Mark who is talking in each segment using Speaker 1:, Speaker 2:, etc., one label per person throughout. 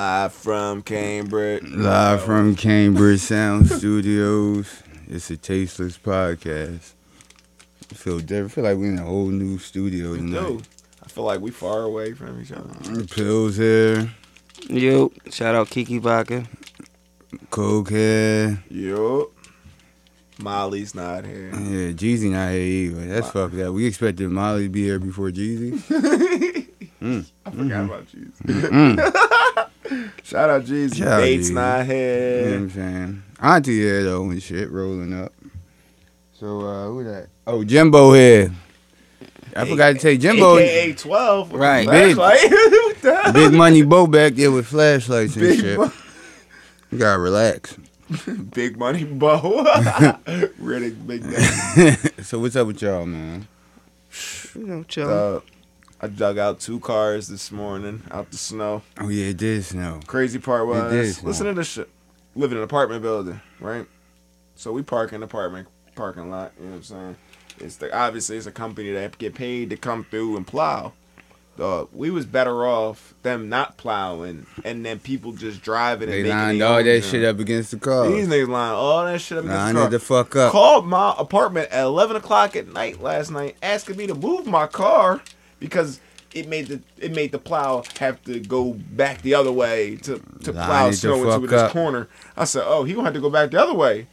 Speaker 1: Live from Cambridge.
Speaker 2: Live from Cambridge Sound Studios. It's a tasteless podcast. I feel different. I feel like we're in a whole new studio
Speaker 1: Dude,
Speaker 2: tonight.
Speaker 1: I feel like we far away from each other.
Speaker 2: Pills here,
Speaker 3: Yo, shout out Kiki Baca.
Speaker 2: Coke here.
Speaker 1: Yup. Molly's not here.
Speaker 2: Yeah, Jeezy not here either. That's fucked up. We expected Molly to be here before Jeezy.
Speaker 1: I forgot
Speaker 2: Mm-hmm.
Speaker 1: about Jesus. Shout out Jesus.
Speaker 2: Shout out
Speaker 1: Bates
Speaker 2: Jesus.
Speaker 1: not
Speaker 2: You know what
Speaker 1: here.
Speaker 2: I'm saying? Auntie here though and shit rolling up. So uh who that? Oh, Jimbo here. I forgot to take Jimbo.
Speaker 1: AKA 12. with the
Speaker 2: Right.
Speaker 1: flashlight. what the hell?
Speaker 2: Big Money Bo back there with flashlights and
Speaker 1: Big
Speaker 2: shit.
Speaker 1: Mo-
Speaker 2: you gotta relax.
Speaker 1: Big Money Bo. Riddick Big Daddy.
Speaker 2: so what's up with y'all, man?
Speaker 3: You know, chill.
Speaker 1: Uh, I dug out two cars this morning out the snow.
Speaker 2: Oh yeah, it did snow.
Speaker 1: Crazy part was,
Speaker 2: is,
Speaker 1: listen to this shit. Live in an apartment building, right? So we park in the apartment parking lot. You know what I'm saying? It's the obviously it's a company that get paid to come through and plow. Dog, we was better off them not plowing and then people just driving and
Speaker 2: They
Speaker 1: making
Speaker 2: lined
Speaker 1: their
Speaker 2: all
Speaker 1: own
Speaker 2: that
Speaker 1: junk.
Speaker 2: shit up against the car.
Speaker 1: These niggas lined all that shit up. against the
Speaker 2: Lined
Speaker 1: car.
Speaker 2: it the fuck up.
Speaker 1: Called my apartment at 11 o'clock at night last night, asking me to move my car because it made the it made the plow have to go back the other way to to
Speaker 2: Line
Speaker 1: plow
Speaker 2: it the
Speaker 1: snow into
Speaker 2: fuck
Speaker 1: this
Speaker 2: up.
Speaker 1: corner. I said, "Oh, he gonna have to go back the other way.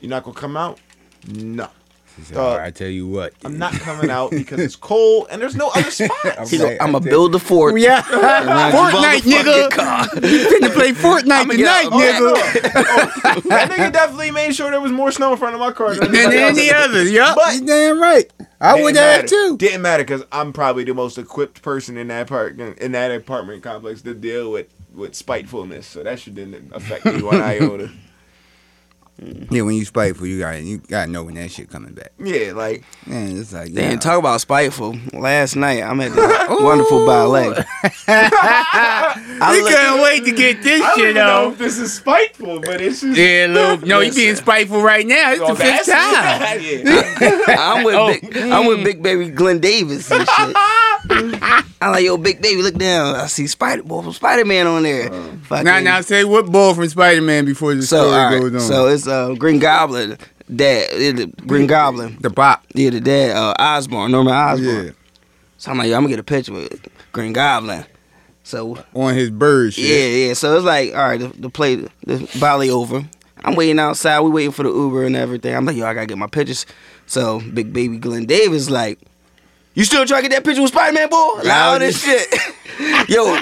Speaker 1: You're not gonna come out? No,
Speaker 2: He said, "All right, I tell you what.
Speaker 1: I'm not coming out because it's cold and there's no other
Speaker 2: I'm
Speaker 1: spots."
Speaker 3: He go,
Speaker 2: like,
Speaker 3: I'm
Speaker 2: I
Speaker 3: going to
Speaker 2: tell-
Speaker 3: build a fort.
Speaker 2: Yeah. Fortnite, nigga. You finna play Fortnite
Speaker 3: I'ma get
Speaker 2: tonight,
Speaker 3: out
Speaker 2: nigga.
Speaker 1: "Oh, that nigga definitely made sure there was more snow in front of my car than
Speaker 2: Than
Speaker 1: anybody
Speaker 2: any
Speaker 1: else's.
Speaker 2: others, yup.
Speaker 1: But-
Speaker 2: You damn right. I would
Speaker 1: Didn't
Speaker 2: have
Speaker 1: matter.
Speaker 2: too.
Speaker 1: Didn't matter because I'm probably the most equipped person in that part in that apartment complex to deal with with spitefulness. So that shit didn't affect me one iota.
Speaker 2: Yeah, when you spiteful, you got you gotta know when that shit coming back.
Speaker 1: Yeah, like
Speaker 2: Man, it's like
Speaker 3: Damn,
Speaker 2: yeah.
Speaker 3: talk about spiteful. Last night, I'm at the wonderful ballet. I
Speaker 2: You
Speaker 3: look,
Speaker 2: couldn't wait to get this
Speaker 1: I don't
Speaker 2: shit
Speaker 1: even know
Speaker 2: on.
Speaker 1: if this is spiteful, but it's just
Speaker 2: Yeah, little no, you
Speaker 1: Listen.
Speaker 2: being spiteful right now. It's
Speaker 1: Oh,
Speaker 2: the fifth
Speaker 1: that's-
Speaker 2: time.
Speaker 1: yeah.
Speaker 3: I'm with big,
Speaker 2: Oh.
Speaker 3: I'm with Big Baby Glenn Davis and shit. I'm like, yo, Big Baby, look down. I see Spider Boy from Spider Man on there.
Speaker 2: Uh,
Speaker 3: Fucking-
Speaker 2: Now, now say what ball from Spider Man before the
Speaker 3: so,
Speaker 2: story
Speaker 3: all right,
Speaker 2: goes on.
Speaker 3: so it's uh, Green Goblin. Dad, yeah, the Green Goblin.
Speaker 2: the pop.
Speaker 3: Yeah, the dad, uh, Osborn, Norman Osborn.
Speaker 2: Yeah,
Speaker 3: So I'm like, yo, I'm gonna get a picture with Green Goblin. So
Speaker 2: on his bird
Speaker 3: yeah,
Speaker 2: shit.
Speaker 3: yeah. So it's like, all right, the, the play, the volley over. I'm waiting outside. We waiting for the Uber and everything. I'm like, yo, I gotta get my pictures. So big baby Glenn Davis like, you still trying to get that picture with Spider Man boy? Loud as shit. yo,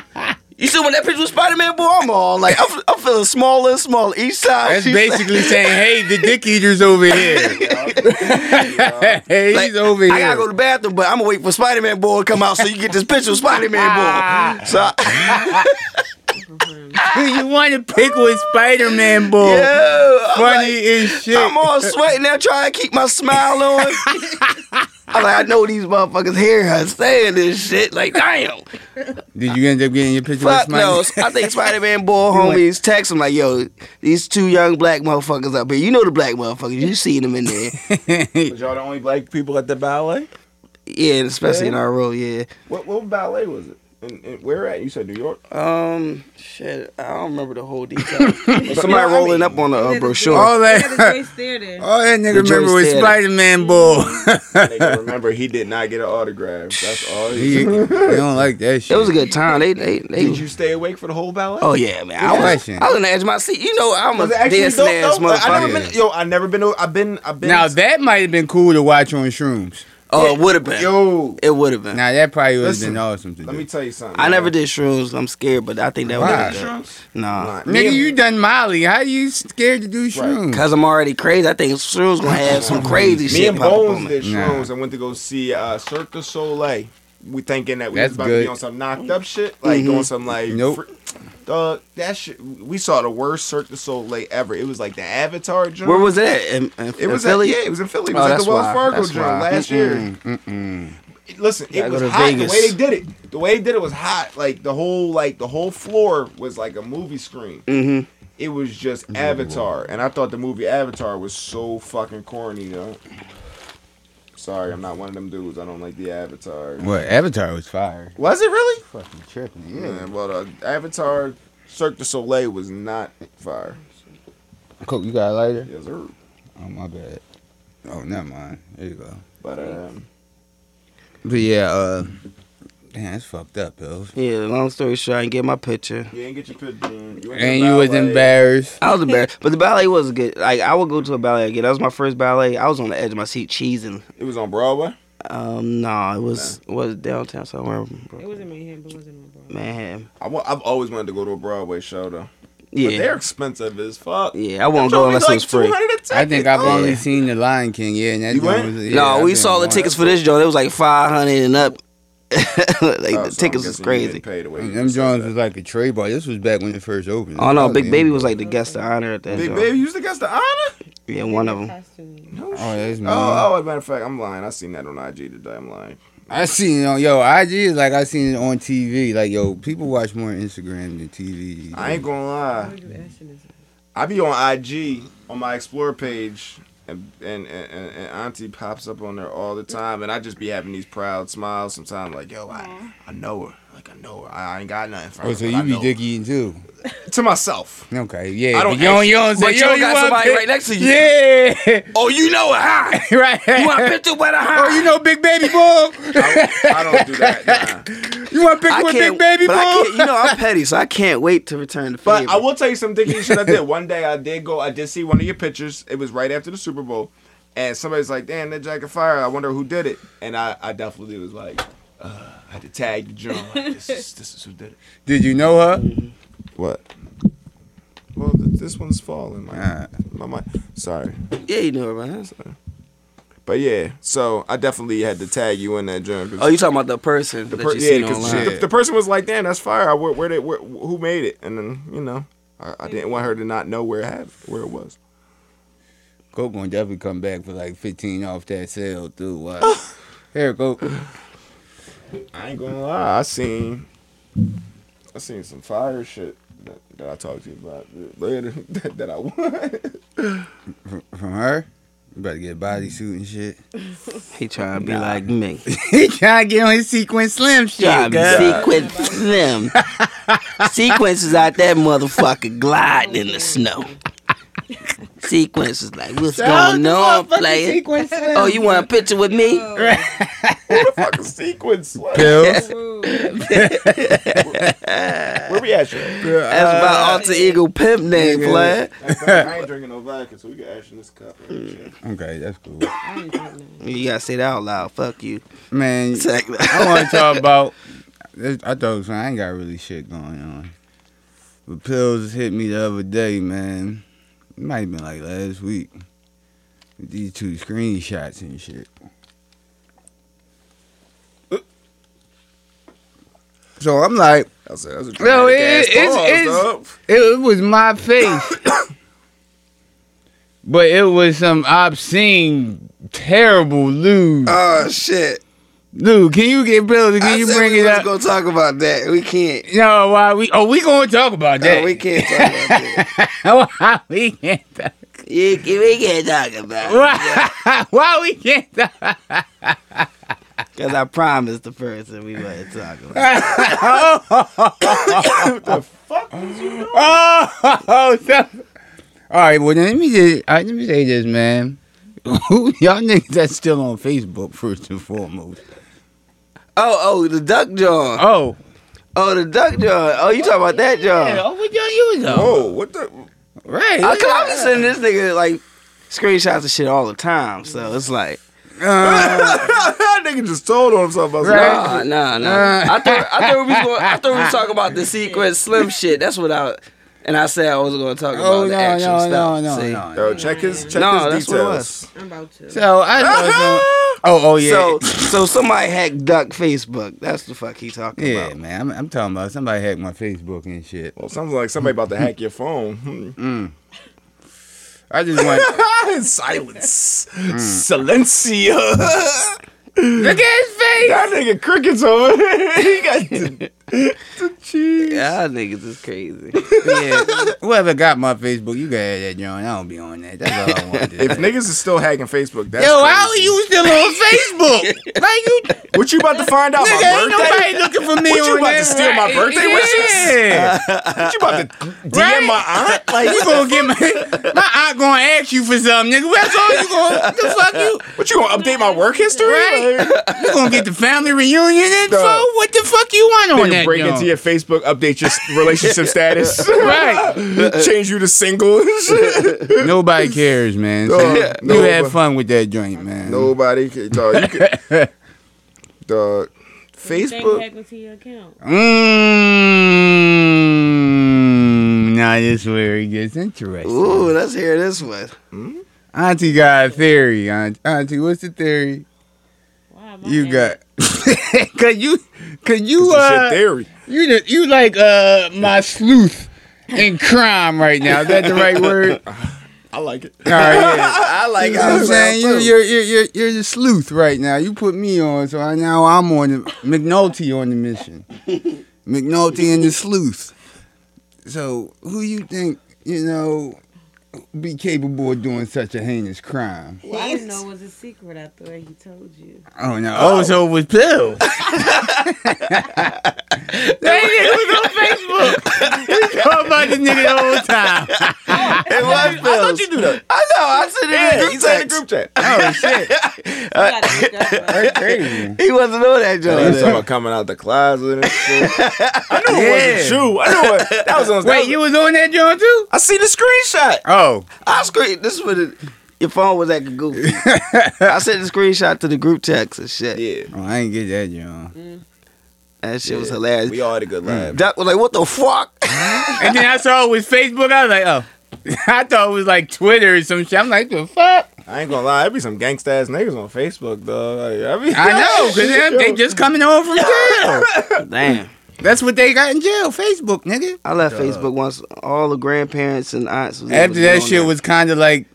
Speaker 3: you still want that picture with Spider Man boy? I'm all like, I'm, I'm feeling smaller and smaller each time.
Speaker 2: That's
Speaker 3: She
Speaker 2: basically saying, "Hey, the dick eater's over here. hey,
Speaker 3: like,
Speaker 2: he's over
Speaker 3: I gotta
Speaker 2: here."
Speaker 3: go to the bathroom, but I'm gonna wait for Spider Man boy to come out so you get this picture with Spider Man boy. So.
Speaker 2: Do you want to pick with Spider Man, boy?
Speaker 3: Yo, I'm
Speaker 2: Funny
Speaker 3: like-
Speaker 2: as shit.
Speaker 3: I'm all sweating now, trying to keep my smile on. I'm like, I know these motherfuckers hear her saying this shit. Like, damn,
Speaker 2: Did you end up getting your picture
Speaker 3: fuck
Speaker 2: with Spider?
Speaker 3: no. I think Spider Man boy homies text him like, yo, these two young black motherfuckers up here. You know the black motherfuckers. You seen them in there,
Speaker 1: Was y'all the only black people at the ballet?
Speaker 3: yeah, and especially in our role, yeah.
Speaker 1: What what ballet was it? And, and where at? You said New York.
Speaker 3: Um, shit, I don't remember the whole detail. Somebody
Speaker 1: I mean-
Speaker 3: rolling up on a uh,
Speaker 4: Another
Speaker 3: brochure.
Speaker 2: All
Speaker 4: Another
Speaker 2: that,
Speaker 4: Joyce Theater.
Speaker 2: all that
Speaker 3: The
Speaker 2: nigga
Speaker 3: Joyce
Speaker 2: remember was
Speaker 3: Theater.
Speaker 2: Spider Man, boy.
Speaker 1: Nigga, remember, he did not get an autograph. That's all. He,
Speaker 2: He- they don't like that shit.
Speaker 3: it was a good time. They, they, they.
Speaker 1: did you stay awake for the whole ballet?
Speaker 3: Oh yeah, man. I
Speaker 2: Good
Speaker 3: was,
Speaker 2: question.
Speaker 3: I was on the edge of my seat. You know, I'm a
Speaker 1: Was it actually
Speaker 3: dancing
Speaker 1: dope,
Speaker 3: ass
Speaker 1: though? Like, I never
Speaker 3: motherfucker.
Speaker 1: been. Yo, I never been. to- I've been. I've been.
Speaker 2: now that might have been cool to watch on shrooms.
Speaker 3: Oh, it would have been.
Speaker 1: yo,
Speaker 3: It would have been.
Speaker 2: Now that probably would have been
Speaker 1: Listen,
Speaker 2: awesome to do.
Speaker 1: let me tell you something.
Speaker 3: I never
Speaker 1: man.
Speaker 3: did shrooms. I'm scared, but I think that would
Speaker 2: Why?
Speaker 3: have
Speaker 1: Did
Speaker 3: been. good.
Speaker 1: shrooms?
Speaker 3: Nah.
Speaker 1: Nah.
Speaker 2: Nigga,
Speaker 1: Me-
Speaker 2: you done Molly. How you scared to do shrooms?
Speaker 3: Cause I'm already crazy. I think shrooms gonna have some crazy shit.
Speaker 1: Me and
Speaker 3: pop up on
Speaker 1: Bones
Speaker 3: me.
Speaker 1: did
Speaker 2: Nah.
Speaker 1: shrooms and went to go see uh, Cirque du Soleil. We thinking that we
Speaker 2: That's
Speaker 1: was about to
Speaker 2: good. Mm-hmm.
Speaker 1: be on some knocked up shit, like doing some like
Speaker 2: Nope.
Speaker 1: fr- dog. That shit, we saw the worst Cirque du Soleil ever. It was like the Avatar joint.
Speaker 3: Where was that? In, in-
Speaker 1: it?
Speaker 3: in
Speaker 1: Was at-
Speaker 3: Philly.
Speaker 1: yeah, it was in Philly. It
Speaker 3: Oh,
Speaker 1: was at
Speaker 3: that's
Speaker 1: the Wells
Speaker 3: why.
Speaker 1: Fargo
Speaker 3: That's
Speaker 1: joint
Speaker 3: why.
Speaker 1: last year. Listen,
Speaker 3: Gotta
Speaker 1: it
Speaker 3: go
Speaker 1: was
Speaker 3: to
Speaker 1: hot.
Speaker 3: Vegas.
Speaker 1: The way they did it, the way they did it was hot. Like the whole, like the whole floor was like a movie screen.
Speaker 3: Mm-hmm.
Speaker 1: It was just Avatar, and I thought the movie Avatar was so fucking corny, though. Sorry, I'm not one of them dudes. I don't like the Avatar.
Speaker 2: What? Avatar was fire.
Speaker 1: Was it really?
Speaker 2: Fucking tripping.
Speaker 1: Yeah, well, the Avatar Cirque du Soleil was not fire.
Speaker 2: Coke, you got a lighter?
Speaker 1: Yes, sir.
Speaker 2: Oh my bad. Oh, never mind. There you go.
Speaker 1: But um,
Speaker 2: But yeah, uh, damn, that's fucked up, Bill.
Speaker 3: Yeah, long story short, I didn't get my picture.
Speaker 1: you ain't get your picture. in. You ain't
Speaker 2: And
Speaker 1: get
Speaker 2: you was
Speaker 1: ballet.
Speaker 2: embarrassed.
Speaker 3: I was embarrassed, but the ballet was good. Like I would go to a ballet again. That was my first ballet. I was on the edge of my seat cheesing.
Speaker 1: It was on Broadway.
Speaker 3: Um, no, it was it was downtown somewhere,
Speaker 4: It was in Manhattan, but it wasn't in Brooklyn.
Speaker 3: Manhattan.
Speaker 1: I wa- I've always wanted to go to a Broadway show though. Yeah, but they're
Speaker 3: Yeah,
Speaker 1: expensive as fuck.
Speaker 3: yeah. I won't go unless it was free.
Speaker 2: I think I've only seen The Lion King. Yeah, and that
Speaker 1: You
Speaker 2: joint
Speaker 1: went?
Speaker 2: was. yeah,
Speaker 3: No,
Speaker 2: I
Speaker 3: we
Speaker 2: think
Speaker 3: saw the
Speaker 2: one-
Speaker 3: tickets for this joint. It was like five hundred and up. like
Speaker 1: Oh,
Speaker 3: the tickets was crazy.
Speaker 2: Them Jones was like a trade ball. This was back when it first opened.
Speaker 3: Oh no, Big
Speaker 2: Probably-
Speaker 3: Baby was like the guest of honor at that.
Speaker 1: Big
Speaker 3: joint.
Speaker 1: Baby used to guess the honor.
Speaker 3: Yeah, one of them.
Speaker 4: Costume.
Speaker 1: No
Speaker 2: Oh, that's
Speaker 1: shit.
Speaker 2: me.
Speaker 1: oh, oh, as a matter of fact, I'm lying. I seen that on IG today. I'm lying.
Speaker 2: I seen it on yo IG is like I seen it on TV. Like yo, people watch more Instagram than TV.
Speaker 1: I ain't gonna
Speaker 4: Why
Speaker 1: lie.
Speaker 4: would you ask you this?
Speaker 1: I be on IG on my Explore page, and and, and, and and Auntie pops up on there all the time, and I just be having these proud smiles. Sometimes like, yo, I, I know her. Like I know her. I, I ain't got nothing for her.
Speaker 2: Oh, so
Speaker 1: but
Speaker 2: you
Speaker 1: I
Speaker 2: be
Speaker 1: know
Speaker 2: dick eating too?
Speaker 1: her. to myself.
Speaker 2: Okay, yeah.
Speaker 1: I don't
Speaker 2: but you don't, you don't
Speaker 3: actually-
Speaker 2: say,
Speaker 3: but you
Speaker 2: yo,
Speaker 3: don't got
Speaker 2: want
Speaker 3: somebody
Speaker 2: Big-
Speaker 3: right next to you.
Speaker 2: Yeah,
Speaker 3: Oh, you know it, huh?
Speaker 2: right.
Speaker 3: You want a picture with a huh?
Speaker 2: Oh, you know Big Baby Boom?
Speaker 1: I, I don't do that. Nah.
Speaker 2: You want a picture with Big Baby
Speaker 3: but I can't,
Speaker 2: Boom?
Speaker 3: you know I'm petty, so I can't wait to return the favor.
Speaker 1: But I will tell you some dicky shit I did. One day I did go, I did see one of your pictures. It was right after the Super Bowl. And somebody's like, damn, that jacket fire. I wonder who did it. And I, I definitely was like, uh, I had to tag the drum. Like, this, is, this is who did it.
Speaker 2: Did you know her?
Speaker 1: What? Well, th- this one's falling. My,
Speaker 2: Alright.
Speaker 1: my, my, sorry.
Speaker 3: yeah, you know it, man.
Speaker 1: But yeah, so I definitely had to tag you in that drum. 'cause
Speaker 3: Oh, you talking about the person
Speaker 1: the,
Speaker 3: that
Speaker 1: per-
Speaker 3: you
Speaker 1: yeah,
Speaker 3: seen
Speaker 1: 'cause
Speaker 3: online?
Speaker 1: the, the person was like, damn, that's fire. I, where, where did, where, who made it? And then, you know, I, I didn't want her to not know where it, had, where it was.
Speaker 2: Coke gonna definitely come back for like 15 off that sale, dude. What?
Speaker 3: Oh.
Speaker 2: Here, Coke.
Speaker 1: I ain't gonna lie, Ah, I seen I seen some fire shit that, that I talked to you about later that, that I want.
Speaker 2: From, from her? You better get a bodysuit and shit.
Speaker 3: he trying to be like me.
Speaker 2: he trying to get on his sequin slim
Speaker 3: Trying
Speaker 2: shit, girl.
Speaker 3: to sequence them. Sequences out that motherfucker gliding in the snow. Sequences like, what's going on, player? Oh, you want a picture with me?
Speaker 1: Who the fuck is sequence? Like,
Speaker 2: Pills.
Speaker 4: Rude.
Speaker 1: where we at, you?
Speaker 3: That's my alter ego pimp name,
Speaker 2: nigga.
Speaker 3: player.
Speaker 1: I ain't drinking no vodka, so we can action this cup.
Speaker 2: Okay, that's cool.
Speaker 4: I ain't doing nothing.
Speaker 3: You gotta say that out loud. Fuck you.
Speaker 2: Man,
Speaker 3: Exactly.
Speaker 2: I want to talk about. this- I thought I ain't got really shit going on. But pills hit me the other day, man. It might have been like last week. These two screenshots and shit. So I'm like,
Speaker 1: I said, that's a
Speaker 2: No,
Speaker 1: dramatic ass
Speaker 2: it- it's-
Speaker 1: pause,
Speaker 2: it's-
Speaker 1: dog.
Speaker 2: it, it was my face. but it was some obscene, terrible lewd.
Speaker 3: Oh shit!
Speaker 2: Lou, can you get pills? Can
Speaker 3: I
Speaker 2: you
Speaker 3: said
Speaker 2: bring
Speaker 3: we
Speaker 2: it
Speaker 3: was
Speaker 2: up?
Speaker 3: Gonna talk about that. We can't.
Speaker 2: No, why we? Oh, we gonna talk about that?
Speaker 3: No, we can't talk about that.
Speaker 2: why we can't? Talk,
Speaker 3: You, we can't talk about it
Speaker 2: why, why we can't? Talk,
Speaker 3: because I promised the person we wasn't talking about.
Speaker 2: oh, so- all right. Well, then let me just, all right, let me say this, man. Who y'all niggas that's still on Facebook first and foremost?
Speaker 3: Oh, oh, the duck jaw.
Speaker 2: Oh,
Speaker 3: Oh, the duck jaw. Oh, you talking about that
Speaker 2: yeah,
Speaker 3: jaw?
Speaker 2: oh, Uh, what y'all use on?
Speaker 1: Whoa, Oh, what the?
Speaker 2: right.
Speaker 3: I, cause I'm just sending this nigga like screenshots of shit all the time. So it's like,
Speaker 2: Uh,
Speaker 1: that nigga just told on himself. I was like,
Speaker 2: Right.
Speaker 3: nah, nah, nah.
Speaker 2: Uh.
Speaker 3: I thought I thought we was going. I thought we was talking about the secret slim shit. That's what I. And I said I was going to talk about
Speaker 2: oh
Speaker 3: the
Speaker 2: no,
Speaker 3: action
Speaker 2: no,
Speaker 3: stuff.
Speaker 2: no, no,
Speaker 3: See?
Speaker 2: no,
Speaker 1: yo, check his check
Speaker 3: No,
Speaker 1: his
Speaker 3: that's what it
Speaker 1: details.
Speaker 4: I'm about to.
Speaker 2: So I know. some- oh, oh yeah.
Speaker 3: So, so somebody hacked Duck Facebook. That's the fuck he talking
Speaker 2: yeah,
Speaker 3: about.
Speaker 2: man. I'm, I'm talking about somebody hacked my Facebook and shit.
Speaker 1: Well, sounds like somebody about to hack your phone. Hmm.
Speaker 2: I just want.
Speaker 1: Silence. Silencio.
Speaker 2: Look at his face.
Speaker 1: That nigga crickets over. he got
Speaker 3: Y'all niggas is crazy.
Speaker 2: Yeah. Whoever got my Facebook, you got that joint. I don't be on that. That's all I want to
Speaker 1: If
Speaker 2: say.
Speaker 1: niggas is still hacking Facebook, that's
Speaker 2: Yo,
Speaker 1: crazy.
Speaker 2: how are you still on Facebook? like you,
Speaker 1: What you about to find out?
Speaker 2: nigga,
Speaker 1: my
Speaker 2: ain't
Speaker 1: birthday?
Speaker 2: nobody looking for me.
Speaker 1: What, you
Speaker 2: on
Speaker 1: about
Speaker 2: that,
Speaker 1: to steal my
Speaker 2: right?
Speaker 1: birthday wishes?
Speaker 2: Yeah.
Speaker 1: What you about to DM my aunt?
Speaker 2: Like you gonna get my my aunt gonna ask you for something, nigga? That's all you gonna the fuck you?
Speaker 1: What you gonna update my work history?
Speaker 2: Right.
Speaker 1: Like,
Speaker 2: You gonna get the family reunion info?
Speaker 1: Duh.
Speaker 2: What the fuck you want on
Speaker 1: nigga,
Speaker 2: that?
Speaker 1: break
Speaker 2: joint?
Speaker 1: into your Facebook, update your s- relationship status,
Speaker 2: Right.
Speaker 1: change you to single. and shit.
Speaker 2: Nobody cares, man. So
Speaker 1: Dog,
Speaker 2: you
Speaker 1: nobody-
Speaker 2: had fun with that joint, man.
Speaker 1: Nobody, can, dog. You can, dog.
Speaker 4: Same
Speaker 1: Facebook.
Speaker 4: happened to your account.
Speaker 2: Mm, now this is where it gets interesting.
Speaker 3: Ooh, let's hear this one.
Speaker 2: Auntie got a theory. Aunt, auntie, what's the theory
Speaker 4: Wow, my
Speaker 2: you
Speaker 4: ass.
Speaker 2: got? cause you, cause you,
Speaker 1: This is your
Speaker 2: uh,
Speaker 1: theory.
Speaker 2: you, the- you like uh my sleuth in crime right now. Is that the right word? All
Speaker 1: I like it.
Speaker 2: right. Yeah.
Speaker 3: I like
Speaker 2: You know what I'm saying you, you're, you're you're you're the sleuth right now. You put me on, so I, now I'm on the McNulty on the mission. McNulty and the sleuth. So who you think you know be capable of doing such a heinous crime?
Speaker 4: Well, I didn't know it was a secret. I thought he told you.
Speaker 2: Oh no! Oh, so it was Bill. that nigga was on Facebook. We talking about this nigga the whole time.
Speaker 3: It was Phil's.
Speaker 1: do that.
Speaker 3: I know. I said it in the group
Speaker 1: said
Speaker 3: text.
Speaker 1: chat.
Speaker 2: Oh shit!
Speaker 4: You gotta look up, bro.
Speaker 2: That's crazy.
Speaker 3: He wasn't on that
Speaker 1: They was
Speaker 3: joke.
Speaker 1: Oh, talking about coming out the closet and shit. I knew it wasn't
Speaker 2: Yeah.
Speaker 1: you. I knew it. That was on.
Speaker 2: Wait, you was on that joint too?
Speaker 1: I see the screenshot.
Speaker 2: Oh,
Speaker 3: I screen. This was it. Your phone was acting goofy. I sent the screenshot to the group text and shit.
Speaker 1: Yeah,
Speaker 2: oh I ain't get that joint.
Speaker 3: That shit was
Speaker 1: Yeah.
Speaker 3: hilarious.
Speaker 1: we all had a good laugh.
Speaker 3: Doc was like, "What the fuck?"
Speaker 2: And then I saw it was Facebook. I was like, oh. I thought it was like Twitter or some shit. I'm like, the fuck?
Speaker 1: I ain't gonna lie, there be some gangsta ass niggas on Facebook, dog. Like, I, be,
Speaker 2: I know, because they, they just coming home from jail.
Speaker 3: Damn.
Speaker 2: That's what they got in jail, Facebook, nigga.
Speaker 3: I left Facebook once. All the grandparents and aunts. Was able
Speaker 2: After
Speaker 3: to
Speaker 2: that
Speaker 3: get on
Speaker 2: shit
Speaker 3: there.
Speaker 2: was kind of like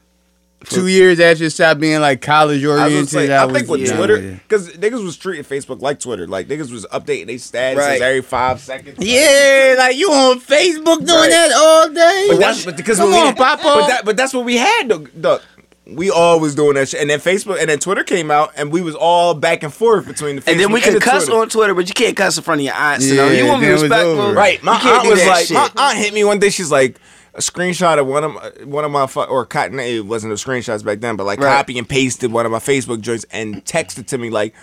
Speaker 2: two years after it stopped being like college
Speaker 1: I was
Speaker 2: oriented.
Speaker 1: just like, I think
Speaker 2: was
Speaker 1: with
Speaker 2: done
Speaker 1: Twitter,
Speaker 2: with it.
Speaker 1: because niggas was treating Facebook like Twitter. Like niggas was updating their statuses
Speaker 3: Right.
Speaker 1: every five seconds.
Speaker 2: Yeah, like you on Facebook doing
Speaker 1: Right.
Speaker 2: that all day.
Speaker 1: But that's but because
Speaker 2: Come
Speaker 1: what we
Speaker 2: on, Papa.
Speaker 1: But that but that's what we had though. Duck. We all was doing that shit, and then Facebook, and then Twitter came out, and we was all back and forth between the. Facebook
Speaker 3: And then we could
Speaker 1: the
Speaker 3: cuss
Speaker 1: Twitter.
Speaker 3: on Twitter, but you can't cuss in front of your aunts. you
Speaker 2: Yeah,
Speaker 3: know, you want to be
Speaker 2: then it was
Speaker 3: respectful,
Speaker 2: over.
Speaker 1: Right. My
Speaker 3: You can't
Speaker 1: aunt
Speaker 3: do
Speaker 1: was
Speaker 3: that
Speaker 1: like,
Speaker 3: shit.
Speaker 1: my aunt hit me one day. She's like, a screenshot of one of my, one of my fu- or cotton. It wasn't the screenshots back then, but like
Speaker 3: Right.
Speaker 1: copy and pasted one of my Facebook joints and texted to me like.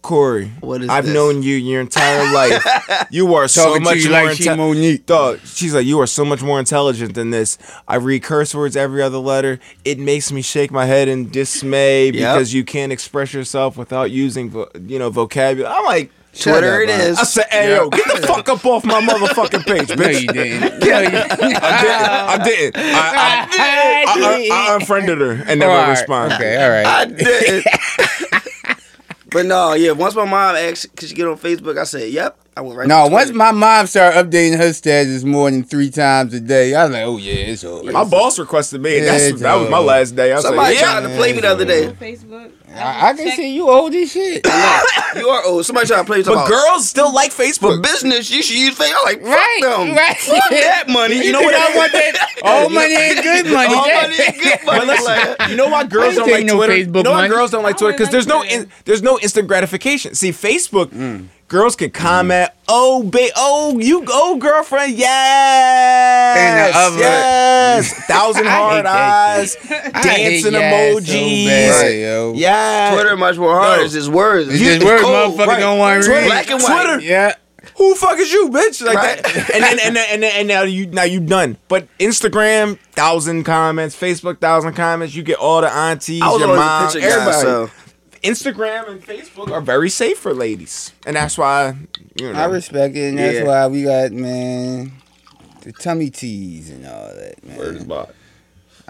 Speaker 1: Corey,
Speaker 3: What is
Speaker 1: I've
Speaker 3: this?"
Speaker 1: known you your entire life. You are so
Speaker 2: Talking
Speaker 1: much
Speaker 2: to you
Speaker 1: more
Speaker 2: like she
Speaker 1: inte-
Speaker 2: Monique.
Speaker 1: Dog, she's like, you are so much more intelligent than this. I read curse words every other letter. It makes me shake my head in dismay because you can't express yourself without using, vo- you know, vocabulary. I'm like,
Speaker 3: Twitter it
Speaker 2: Shut up,
Speaker 3: is.
Speaker 1: I said, hey, yo, get the fuck up off my motherfucking page,
Speaker 2: No,
Speaker 1: bitch.
Speaker 2: you didn't. No, you didn't.
Speaker 1: I didn't. I didn't. I, I, I, I, I unfriended her and never
Speaker 2: All right.
Speaker 1: responded.
Speaker 2: Okay, all right.
Speaker 3: I did. but no, yeah. Once my mom asked, could she get on Facebook? I said, "Yep." I went right.
Speaker 2: No,
Speaker 3: to
Speaker 2: once
Speaker 3: Twitter.
Speaker 2: my mom started updating her status more than three times a day, I was like, oh yeah, it's over.
Speaker 1: My boss requested me, and that's,
Speaker 2: Yeah,
Speaker 1: that was my
Speaker 2: dog.
Speaker 1: last day. I
Speaker 3: somebody
Speaker 1: said, yeah.
Speaker 3: tried to play me the other
Speaker 4: On
Speaker 3: day.
Speaker 4: Facebook.
Speaker 2: I, I can
Speaker 4: checked-
Speaker 2: see you old as shit.
Speaker 3: you are old. Somebody tried to play me.
Speaker 1: But girls still like
Speaker 3: for
Speaker 1: Facebook.
Speaker 3: business, you should use Facebook. I'm like, fuck
Speaker 2: Right,
Speaker 3: them.
Speaker 2: right.
Speaker 3: Fuck that money. You know what I want?
Speaker 2: that old money ain't good money.
Speaker 3: All
Speaker 2: That-
Speaker 3: money is good
Speaker 1: But
Speaker 3: money.
Speaker 1: listen,
Speaker 3: Like,
Speaker 1: you know why girls
Speaker 2: ain't
Speaker 1: don't like
Speaker 2: taking no
Speaker 1: Twitter?
Speaker 2: Facebook
Speaker 1: you know why
Speaker 2: money.
Speaker 1: girls don't like
Speaker 4: I
Speaker 1: Twitter because
Speaker 4: like
Speaker 1: there's no
Speaker 4: Twitter.
Speaker 1: in, there's no instant gratification. See, Facebook,
Speaker 2: Mm.
Speaker 1: girls can comment. Oh, ba- oh, you, oh, girlfriend, yes,
Speaker 2: And the other-
Speaker 1: yes, thousand
Speaker 2: I hate
Speaker 1: hard
Speaker 2: that
Speaker 1: eyes,
Speaker 2: I hate
Speaker 1: dancing
Speaker 2: yes so
Speaker 1: emojis,
Speaker 2: bad, yo.
Speaker 1: yeah.
Speaker 3: Twitter much more hard.
Speaker 1: No.
Speaker 3: It's just words.
Speaker 2: It's
Speaker 3: You-
Speaker 2: just words,
Speaker 3: cold,
Speaker 2: motherfucker
Speaker 1: right.
Speaker 2: don't want to
Speaker 1: Twitter,
Speaker 2: read.
Speaker 3: Black and white.
Speaker 1: Twitter,
Speaker 2: Yeah.
Speaker 1: who the fuck is you, bitch? Like
Speaker 3: Right.
Speaker 1: that. And then and then, and then, and now you now you done. But Instagram, thousand comments, Facebook, thousand comments. You get all the aunties,
Speaker 3: I was
Speaker 1: your
Speaker 3: always a
Speaker 1: mom,
Speaker 3: picture guy,
Speaker 1: everybody.
Speaker 3: so-
Speaker 1: Instagram and Facebook are very safe for ladies, and that's why you know.
Speaker 2: I respect it, and that's
Speaker 3: Yeah.
Speaker 2: why we got man the tummy teas and all that, man.
Speaker 1: Word is bond.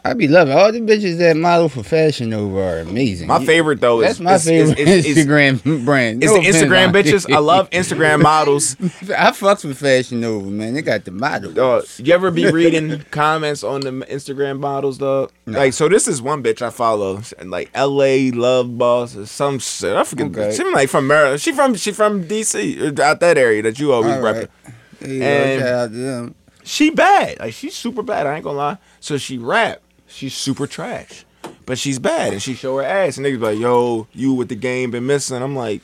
Speaker 2: I be loving all the bitches that model for Fashion Nova are amazing.
Speaker 1: My favorite though is
Speaker 2: That's my
Speaker 1: is- is-
Speaker 2: favorite
Speaker 1: is- is-
Speaker 2: Instagram brand.
Speaker 1: It's
Speaker 2: No
Speaker 1: the
Speaker 2: offense,
Speaker 1: Instagram
Speaker 2: Auntie.
Speaker 1: bitches. uh, I love Instagram models.
Speaker 2: I fucks with Fashion Nova, man. They got the model.
Speaker 1: Uh, you ever be reading comments on the Instagram models, dog? Like, so this is one bitch I follow, and like L.A. Love Boss or some shit. I forget.
Speaker 2: Okay.
Speaker 1: She like from Maryland. She from she from D.C. or out that area that you always
Speaker 2: All
Speaker 1: repping.
Speaker 2: right. There you go,
Speaker 1: And-
Speaker 2: shout out to them.
Speaker 1: She bad. Like she's super bad. I ain't gonna lie. So she rap. She's super trash. But she's bad and she show her ass and niggas be like, yo, you with the game been missing. I'm like,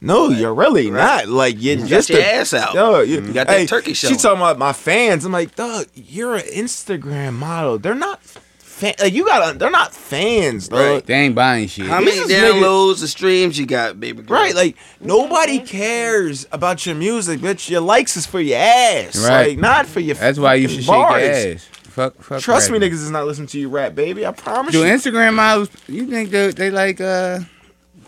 Speaker 1: no, you're really not. Like you're just
Speaker 3: your
Speaker 1: a-
Speaker 3: ass out.
Speaker 1: Yo, you,
Speaker 3: You got that turkey
Speaker 1: She
Speaker 3: showing.
Speaker 1: talking about my fans. I'm like, dog, you're an Instagram model. They're not fan like you gotta they're not fans, dog.
Speaker 3: Right.
Speaker 2: They ain't buying shit.
Speaker 3: How
Speaker 1: This
Speaker 3: many
Speaker 1: is nigga-
Speaker 3: downloads and streams you got, baby? Girl?
Speaker 1: Right, like nobody cares about your music, bitch. Your likes is for your ass,
Speaker 2: Right.
Speaker 1: Like not for your.
Speaker 2: That's why you
Speaker 1: fucking
Speaker 2: should
Speaker 1: bars.
Speaker 2: shake your ass. Fuck, fuck.
Speaker 1: Trust me,
Speaker 2: rapping.
Speaker 1: niggas is not listening to you rap, baby. I promise
Speaker 2: Do
Speaker 1: you.
Speaker 2: Instagram models? You think they they like uh?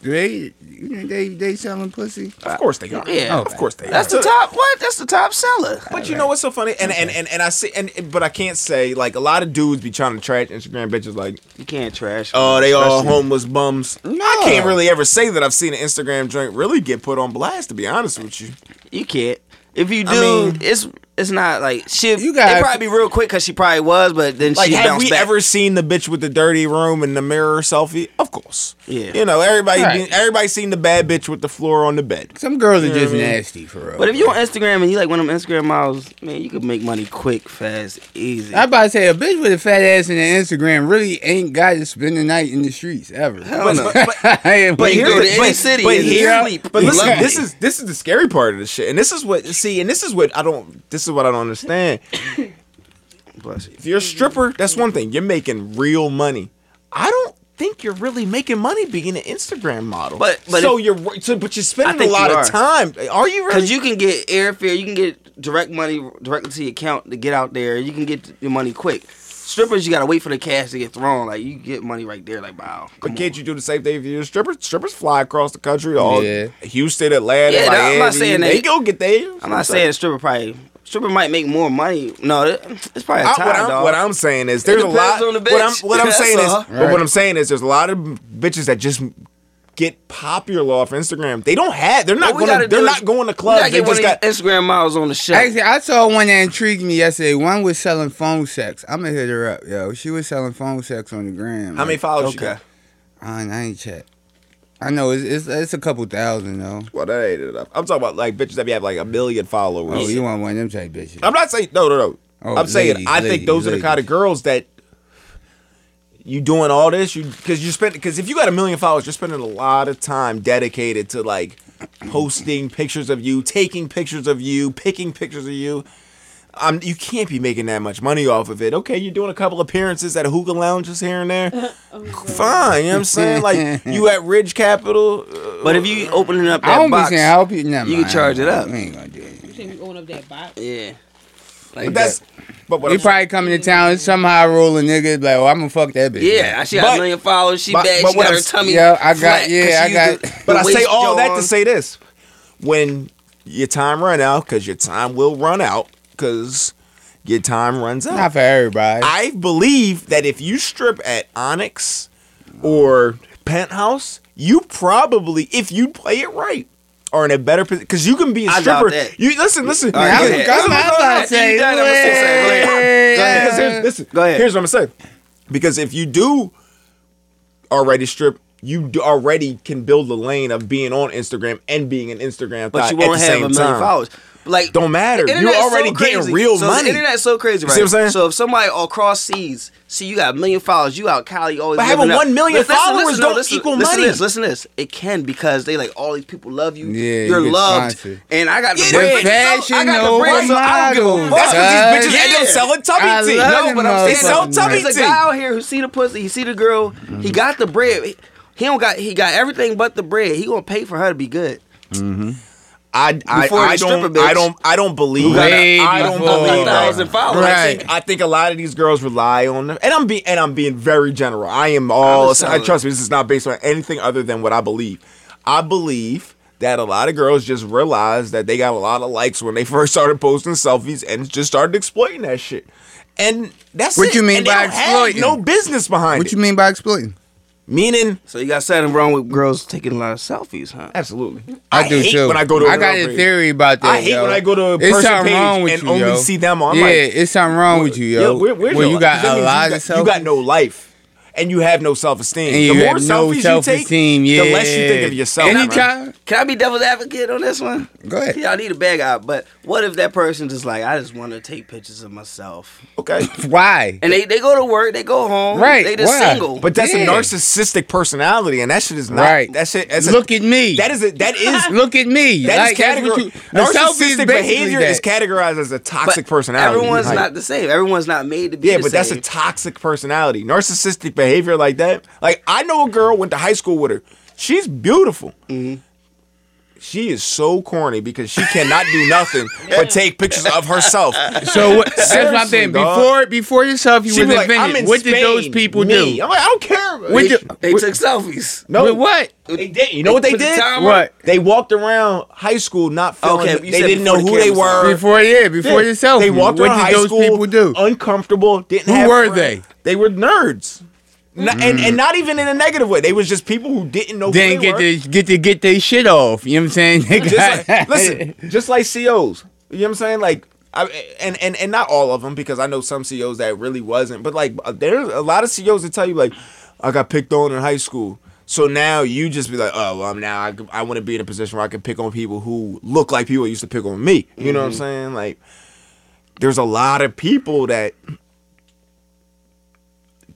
Speaker 2: Do they? You think they they selling pussy?
Speaker 1: of course they are.
Speaker 3: Yeah.
Speaker 1: of course they
Speaker 3: That's
Speaker 1: are.
Speaker 3: the top. What? That's the top seller.
Speaker 1: But you know what's so funny? And and, and and I see and but I can't say like a lot of dudes be trying to trash Instagram bitches like
Speaker 3: You can't trash.
Speaker 1: oh they all
Speaker 3: Especially-
Speaker 1: homeless bums. I
Speaker 2: No.
Speaker 1: can't really ever say that I've seen an Instagram joint really get put on blast. To be honest with you,
Speaker 3: You can't. If you do,
Speaker 1: I mean-
Speaker 3: it's it's not like she.
Speaker 2: You
Speaker 3: You
Speaker 2: got-
Speaker 3: got. It probably be real quick because she probably was, but then
Speaker 1: like
Speaker 3: she
Speaker 1: have
Speaker 3: bounced
Speaker 1: we
Speaker 3: back.
Speaker 1: ever seen the bitch with the dirty room and the mirror selfie? Of course.
Speaker 3: Yeah.
Speaker 1: You know everybody
Speaker 2: Right.
Speaker 1: everybody seen the bad bitch with the floor on the bed.
Speaker 2: Some girls are just
Speaker 1: I mean?
Speaker 2: nasty for real.
Speaker 3: but if you on Instagram and you like one of them Instagram models, man, you could make money quick, fast, easy.
Speaker 2: I about to say a bitch with a fat ass and an Instagram really ain't got to spend the night in the streets ever.
Speaker 3: Hell no.
Speaker 2: but
Speaker 3: You
Speaker 1: here's
Speaker 3: go
Speaker 1: the-
Speaker 3: to any city and sleep.
Speaker 1: But
Speaker 3: You
Speaker 1: listen,
Speaker 3: love
Speaker 1: this
Speaker 3: it.
Speaker 1: is this is the scary part of this shit, and this is what see, and this is what I don't. This is what I don't understand.
Speaker 3: Bless you.
Speaker 1: If you're a stripper, that's one thing. You're making real money. I don't think you're really making money being an Instagram model.
Speaker 3: But- but
Speaker 1: so
Speaker 3: if-
Speaker 1: you're wor- so, but you're
Speaker 3: I
Speaker 1: spending a
Speaker 3: think
Speaker 1: lot
Speaker 3: you
Speaker 1: of time. Are you really?
Speaker 3: Because you can get airfare, you can get direct money directly to your account to get out there. You can get your money quick. Strippers, you gotta wait for the cash to get thrown. Like you get money right there. Like wow.
Speaker 1: but can't you do the same thing if you're a stripper? Strippers fly across the country, all
Speaker 2: Yeah.
Speaker 1: Houston, Atlanta,
Speaker 3: Yeah, no,
Speaker 1: Miami.
Speaker 3: I'm not saying
Speaker 1: they
Speaker 3: that-
Speaker 1: go get there.
Speaker 3: I'm not saying stripper probably. Stripper might make more money. No, that- it's probably a
Speaker 1: I-
Speaker 3: time,
Speaker 1: what, I'm,
Speaker 3: dog.
Speaker 1: what I'm saying is there's a
Speaker 3: depends
Speaker 1: lot.
Speaker 3: on the
Speaker 1: What I'm,
Speaker 3: bitch.
Speaker 1: what I'm
Speaker 3: That's
Speaker 1: saying is,
Speaker 3: all.
Speaker 1: but
Speaker 2: Right.
Speaker 1: what I'm saying is, there's a lot of bitches that just get popular off Instagram. They don't have. They're not
Speaker 3: What we
Speaker 1: going.
Speaker 3: gotta
Speaker 1: to They're
Speaker 3: do
Speaker 1: not
Speaker 3: is-
Speaker 1: going to
Speaker 3: We
Speaker 1: clubs.
Speaker 3: gotta
Speaker 1: They
Speaker 3: get one
Speaker 1: just got.
Speaker 3: of these Instagram models on the show.
Speaker 2: Actually, I saw one that intrigued me yesterday. One was selling phone sex. I'ma hit her up, yo. She was selling phone sex on the gram.
Speaker 1: How many followers you got?
Speaker 3: Okay.
Speaker 2: I, I ain't checked. I know it's, it's it's a couple thousand though.
Speaker 1: Well, that ain't enough. I'm talking about like bitches that have like a million followers.
Speaker 2: Oh, you want one of them type bitches?
Speaker 1: I'm not saying no, no, no.
Speaker 2: Oh,
Speaker 1: I'm saying
Speaker 2: ladies,
Speaker 1: I think
Speaker 2: ladies,
Speaker 1: those are the kind of
Speaker 2: ladies.
Speaker 1: girls that you doing all this. You because you spend because if you got a million followers, you're spending a lot of time dedicated to like posting pictures of you, taking pictures of you, picking pictures of you. Um, you can't be making that much money off of it. Okay, you're doing a couple appearances at hookah lounges here and there. Fine, you know what I'm saying? Like you at Ridge Capital. uh,
Speaker 3: But if you opening up
Speaker 2: I
Speaker 3: that
Speaker 2: don't
Speaker 3: box,
Speaker 2: be saying help you. Never
Speaker 3: you can
Speaker 2: mind.
Speaker 3: charge it up.
Speaker 2: We ain't gonna do it.
Speaker 4: You think we going up that box?
Speaker 3: yeah,
Speaker 1: but that's but what
Speaker 2: He
Speaker 1: I'm saying-
Speaker 2: probably coming to town and somehow roll a nigga like, well, I'm gonna fuck that bitch.
Speaker 3: yeah, she got
Speaker 1: But-
Speaker 3: a million followers. She
Speaker 1: but-
Speaker 3: bad.
Speaker 1: but
Speaker 3: she
Speaker 1: what
Speaker 3: got
Speaker 1: I'm
Speaker 3: her
Speaker 1: s-
Speaker 3: tummy.
Speaker 2: Yeah, I got-
Speaker 3: flat 'cause
Speaker 2: yeah,
Speaker 3: she
Speaker 2: I
Speaker 3: used
Speaker 2: got-
Speaker 3: the-
Speaker 1: But
Speaker 3: the
Speaker 1: I say
Speaker 3: waist
Speaker 1: all that to
Speaker 3: join.
Speaker 1: say this: when your time run out, because your time will run out, because your time runs out.
Speaker 2: Not for everybody.
Speaker 1: I believe that if you strip at Onyx or Penthouse, you probably, if you play it right, are in a better position because you can be a
Speaker 3: I doubt
Speaker 1: stripper.
Speaker 3: that.
Speaker 1: You listen, listen.
Speaker 3: All right,
Speaker 2: I
Speaker 3: go
Speaker 2: was,
Speaker 1: listen, listen,
Speaker 2: I'm
Speaker 3: ahead.
Speaker 1: listen,
Speaker 2: about to
Speaker 1: listen.
Speaker 2: say,
Speaker 3: Go ahead.
Speaker 1: Because
Speaker 2: yeah.
Speaker 1: here's, listen,
Speaker 3: Go ahead.
Speaker 1: here's what I'm gonna say. Because if you do already strip, you do already can build the lane of being on Instagram and being an Instagram.
Speaker 3: but
Speaker 1: thot
Speaker 3: you
Speaker 1: at
Speaker 3: won't
Speaker 1: the
Speaker 3: have
Speaker 1: same
Speaker 3: a million
Speaker 1: time.
Speaker 3: followers. Like
Speaker 1: Don't matter.
Speaker 3: the
Speaker 1: You're
Speaker 3: internet's
Speaker 1: already getting
Speaker 3: crazy.
Speaker 1: real
Speaker 3: so
Speaker 1: money.
Speaker 3: The internet's so crazy,
Speaker 1: You
Speaker 3: right?
Speaker 1: see what I'm saying?
Speaker 3: So if somebody all cross seeds, see you got a million followers, you out Cali always.
Speaker 1: But having
Speaker 3: living up.
Speaker 1: one million
Speaker 3: Listen, listen,
Speaker 1: followers
Speaker 3: listen,
Speaker 1: don't
Speaker 3: no, listen,
Speaker 1: equal
Speaker 3: listen
Speaker 1: money.
Speaker 3: To this, listen to this. It can because they like all these people love you.
Speaker 2: Yeah,
Speaker 3: You're
Speaker 2: you get
Speaker 3: loved,
Speaker 2: sponsored.
Speaker 3: and I got the
Speaker 1: Yeah,
Speaker 3: brand.
Speaker 1: they're
Speaker 3: so I
Speaker 2: fashion
Speaker 3: got the brand, so I don't give a
Speaker 2: models.
Speaker 3: fuck.
Speaker 1: That's what these
Speaker 2: Yeah.
Speaker 1: bitches end up selling tummy
Speaker 2: I
Speaker 1: tea.
Speaker 2: love
Speaker 3: No, but I'm
Speaker 2: Motherfucking
Speaker 3: saying
Speaker 1: Sell tummy
Speaker 3: There's a
Speaker 1: tea.
Speaker 3: guy out here who see the pussy, he see the girl, he got the bread. He- He don't got he got everything but the bread. He gonna pay for her to be good.
Speaker 1: I I,
Speaker 3: Before
Speaker 1: I
Speaker 3: the
Speaker 1: don't
Speaker 3: stripper bitch.
Speaker 1: I don't I don't believe
Speaker 2: got
Speaker 1: I,
Speaker 2: a-
Speaker 1: I don't
Speaker 2: Way
Speaker 1: believe
Speaker 2: before.
Speaker 1: that.
Speaker 3: 100,000 followers.
Speaker 1: I
Speaker 2: Right.
Speaker 1: think, I think a lot of these girls rely on them, and I'm being and I'm being very general. I am all.
Speaker 3: understand
Speaker 1: I trust me, this is not based on anything other than what I believe. I believe that a lot of girls just realized that they got a lot of likes when they first started posting selfies and just started exploiting that shit. And that's
Speaker 2: What
Speaker 1: it.
Speaker 2: you mean
Speaker 1: And they
Speaker 2: by
Speaker 1: don't have
Speaker 2: exploiting?
Speaker 1: No business behind
Speaker 2: What
Speaker 1: it.
Speaker 2: you mean by exploiting?
Speaker 1: Meaning,
Speaker 3: So you got something wrong with girls taking a lot of selfies, huh?
Speaker 1: absolutely.
Speaker 2: I, do
Speaker 1: hate
Speaker 2: too.
Speaker 1: When I go to,
Speaker 2: I got
Speaker 1: another
Speaker 2: a
Speaker 1: page.
Speaker 2: theory about that.
Speaker 1: I hate
Speaker 2: yo.
Speaker 1: when I go to a
Speaker 2: It's
Speaker 1: person
Speaker 2: something
Speaker 1: page
Speaker 2: wrong with
Speaker 1: and
Speaker 2: you,
Speaker 1: only
Speaker 2: yo.
Speaker 1: see them. I'm
Speaker 2: yeah,
Speaker 1: like,
Speaker 2: it's something wrong with you, yo.
Speaker 1: Yeah, where- where's
Speaker 2: when
Speaker 1: your
Speaker 2: you
Speaker 1: life?
Speaker 2: got
Speaker 1: That
Speaker 2: a
Speaker 1: means
Speaker 2: lot
Speaker 1: you
Speaker 2: of
Speaker 1: got, you got no life, and you have no self esteem.
Speaker 2: and you
Speaker 1: the more
Speaker 2: have no
Speaker 1: selfies
Speaker 2: self
Speaker 1: you take,
Speaker 2: esteem. Yeah,
Speaker 1: the less you think of yourself. man.
Speaker 2: Anytime,
Speaker 3: Can I be devil's advocate on this one?
Speaker 2: go ahead.
Speaker 3: Yeah, I need a bag out, but what if that person just like, I just want to take pictures of myself?
Speaker 1: okay,
Speaker 2: Why?
Speaker 3: And they, they go to work, they go home,
Speaker 2: Right,
Speaker 3: They just
Speaker 2: why?
Speaker 3: single.
Speaker 1: but that's
Speaker 2: Yeah.
Speaker 1: a narcissistic personality, and that shit is not.
Speaker 2: Right.
Speaker 1: That shit. That's
Speaker 2: Look
Speaker 1: a,
Speaker 2: at me.
Speaker 1: That is a, that is.
Speaker 2: Look at me.
Speaker 1: That is
Speaker 2: Like, that's
Speaker 1: categor-
Speaker 2: what you- a selfie is
Speaker 1: narcissistic
Speaker 2: basically
Speaker 1: behavior
Speaker 2: that.
Speaker 1: is categorized as a
Speaker 3: But
Speaker 1: toxic personality.
Speaker 3: Everyone's
Speaker 1: Like,
Speaker 3: not the same. Everyone's not made to be
Speaker 1: Yeah,
Speaker 3: the
Speaker 1: but that's a
Speaker 3: same.
Speaker 1: toxic personality. Narcissistic behavior like that. Like I know a girl went to high school with her. She's beautiful. She is so corny because she cannot do nothing but take pictures of herself.
Speaker 2: So what, that's what I'm
Speaker 1: Seriously,
Speaker 2: saying.
Speaker 1: dog.
Speaker 2: Before before yourself, you
Speaker 1: She
Speaker 2: was
Speaker 1: be like,
Speaker 2: invented.
Speaker 1: I'm in
Speaker 2: what did those
Speaker 1: Spain,
Speaker 2: people
Speaker 1: me.
Speaker 2: do?
Speaker 1: I'm like, I don't care. about
Speaker 2: What
Speaker 1: it.
Speaker 2: did-
Speaker 3: they took selfies.
Speaker 1: no,
Speaker 2: With what?
Speaker 1: they didn't. You know what
Speaker 3: They
Speaker 1: they
Speaker 3: put the
Speaker 1: did?
Speaker 3: timer-
Speaker 2: What?
Speaker 1: They walked around high school not feeling.
Speaker 3: Okay, you
Speaker 1: they
Speaker 3: said
Speaker 1: didn't know
Speaker 3: before
Speaker 1: who
Speaker 3: the
Speaker 1: they
Speaker 3: cameras
Speaker 1: were.
Speaker 2: Before yeah, before yourself.
Speaker 1: They walked
Speaker 2: What
Speaker 1: around
Speaker 2: did
Speaker 1: high
Speaker 2: those
Speaker 1: school, oh,
Speaker 2: people do?
Speaker 1: uncomfortable. Didn't
Speaker 2: Who
Speaker 1: have
Speaker 2: were
Speaker 1: friends.
Speaker 2: they? Mm.
Speaker 1: They were nerds, N- and and not even in a negative way. They was just people who didn't know. who
Speaker 2: Didn't
Speaker 1: they
Speaker 2: get
Speaker 1: were.
Speaker 2: to get to get their shit off. You know what I'm saying? They
Speaker 1: Just like,
Speaker 2: got-
Speaker 1: listen, just like COs. You know what I'm saying? Like, I, and and and not all of them because I know some COs that really wasn't. But like, uh, there's a lot of COs that tell you like, I got picked on in high school. So now you just be like, oh, well, I'm now I, I want to be in a position where I can pick on people who look like people who used to pick on me. You know
Speaker 3: Mm-hmm.
Speaker 1: what I'm saying? Like, there's a lot of people that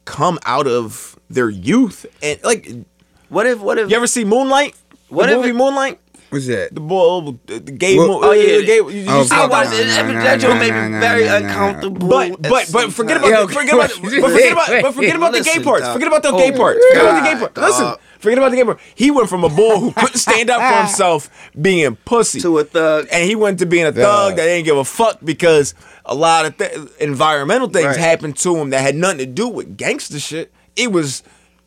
Speaker 1: come out of their youth and like, you
Speaker 3: What if, what if,
Speaker 1: ever see Moonlight?
Speaker 3: What
Speaker 1: What
Speaker 3: if
Speaker 1: movie
Speaker 3: it-
Speaker 1: Moonlight?
Speaker 2: What's that?
Speaker 1: The boy, the gay,
Speaker 2: Well-
Speaker 1: mo-
Speaker 3: Oh,
Speaker 1: uh,
Speaker 3: yeah.
Speaker 1: the gay. You, you
Speaker 2: Oh,
Speaker 1: see-
Speaker 3: I
Speaker 2: fuck.
Speaker 3: watched it.
Speaker 2: Nah, nah,
Speaker 3: That joke
Speaker 2: nah,
Speaker 3: made
Speaker 2: nah,
Speaker 3: me very
Speaker 2: nah, nah.
Speaker 3: uncomfortable.
Speaker 1: but
Speaker 3: at
Speaker 1: but
Speaker 3: the
Speaker 1: but
Speaker 3: same
Speaker 1: forget
Speaker 3: time.
Speaker 1: about
Speaker 2: Yeah,
Speaker 1: the, forget about
Speaker 2: okay.
Speaker 1: the, but forget about but forget about the gay
Speaker 3: Listen,
Speaker 1: parts.
Speaker 3: dog.
Speaker 1: Forget about the gay
Speaker 3: Oh,
Speaker 1: parts. Forget about the
Speaker 3: God,
Speaker 1: gay part. Listen,
Speaker 3: dog.
Speaker 1: forget about the gay part. He went from a boy who couldn't stand up for himself, being pussy,
Speaker 3: Ah. To a thug.
Speaker 1: and he went to being a
Speaker 2: Dog.
Speaker 1: thug that didn't give a fuck because a lot of th- environmental things
Speaker 3: Right.
Speaker 1: happened to him that had nothing to do with gangster shit. It was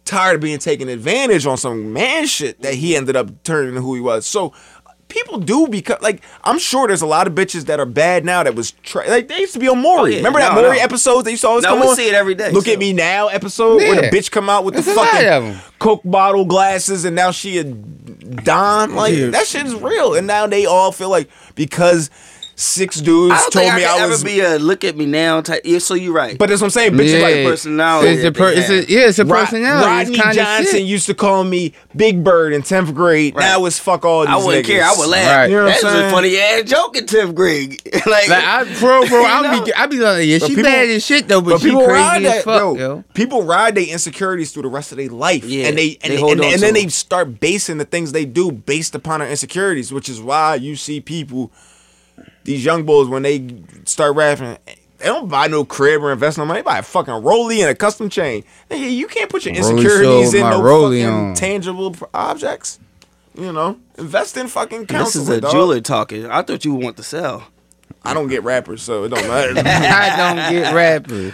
Speaker 1: tired of being taken advantage on some man shit that he ended up turning to who he was. So people do become like I'm sure there's a lot of bitches that are bad now that was tra- like they used to be on Maury.
Speaker 3: Oh, yeah.
Speaker 1: Remember that
Speaker 3: No,
Speaker 1: Maury
Speaker 3: no.
Speaker 1: episodes they used to always
Speaker 3: No,
Speaker 1: come
Speaker 3: we
Speaker 1: on?
Speaker 3: see it every day,
Speaker 1: Look
Speaker 3: so.
Speaker 1: at me now episode where
Speaker 2: Yeah.
Speaker 1: the bitch come out with
Speaker 2: There's
Speaker 1: the
Speaker 2: a lot of
Speaker 1: fucking
Speaker 2: 'em.
Speaker 1: coke bottle glasses and now she a don like
Speaker 2: Yeah.
Speaker 1: that shit's real and now they all feel like because six dudes
Speaker 3: I don't
Speaker 1: told
Speaker 3: think
Speaker 1: me
Speaker 3: I, could
Speaker 1: I,
Speaker 3: ever
Speaker 1: was
Speaker 3: be a look at me now type. Yeah, so you're right.
Speaker 1: but that's what I'm saying bitches like
Speaker 2: Yeah.
Speaker 3: personality
Speaker 2: It's a
Speaker 3: that
Speaker 2: per,
Speaker 3: they
Speaker 2: it's a,
Speaker 3: have.
Speaker 2: yeah, it's a
Speaker 1: Rod-
Speaker 2: personality.
Speaker 1: Rodney
Speaker 2: it's kinda
Speaker 1: Johnson
Speaker 2: shit.
Speaker 1: used to call me Big Bird in 10th grade.
Speaker 3: Right.
Speaker 1: Now it's fuck all these
Speaker 3: I wouldn't
Speaker 1: niggas.
Speaker 3: care. I would laugh.
Speaker 2: Right. You
Speaker 1: know what
Speaker 3: That's
Speaker 1: I'm
Speaker 3: a
Speaker 1: saying?
Speaker 3: funny ass joke in 10th grade. like,
Speaker 2: Like I, bro, bro, I'll be,
Speaker 3: know?
Speaker 2: I be like, yeah, she
Speaker 1: But people-
Speaker 2: bad as shit though, but,
Speaker 1: But
Speaker 2: she
Speaker 1: people ride
Speaker 2: crazy as
Speaker 1: that,
Speaker 2: fuck,
Speaker 1: yo.
Speaker 2: yo.
Speaker 1: People ride their insecurities through the rest of their life,
Speaker 3: Yeah,
Speaker 1: and they and,
Speaker 3: they
Speaker 1: they-
Speaker 3: hold
Speaker 1: and,
Speaker 3: on
Speaker 1: and
Speaker 3: to
Speaker 1: then
Speaker 3: them.
Speaker 1: they start basing the things they do based upon their insecurities, which is why you see people, these young boys, when they start rapping, they don't buy no crib or invest no money. They buy a fucking rollie and a custom chain. Nigga, you can't put your
Speaker 2: Rollie sold
Speaker 1: insecurities in
Speaker 2: my
Speaker 1: no
Speaker 2: rollie
Speaker 1: fucking
Speaker 2: on.
Speaker 1: tangible p- objects. You know, invest in fucking
Speaker 3: this
Speaker 1: counseling.
Speaker 3: is a
Speaker 1: dog.
Speaker 3: jeweler talking. I thought you would want to sell.
Speaker 1: I don't get rappers, so it don't matter.
Speaker 2: I don't get rappers.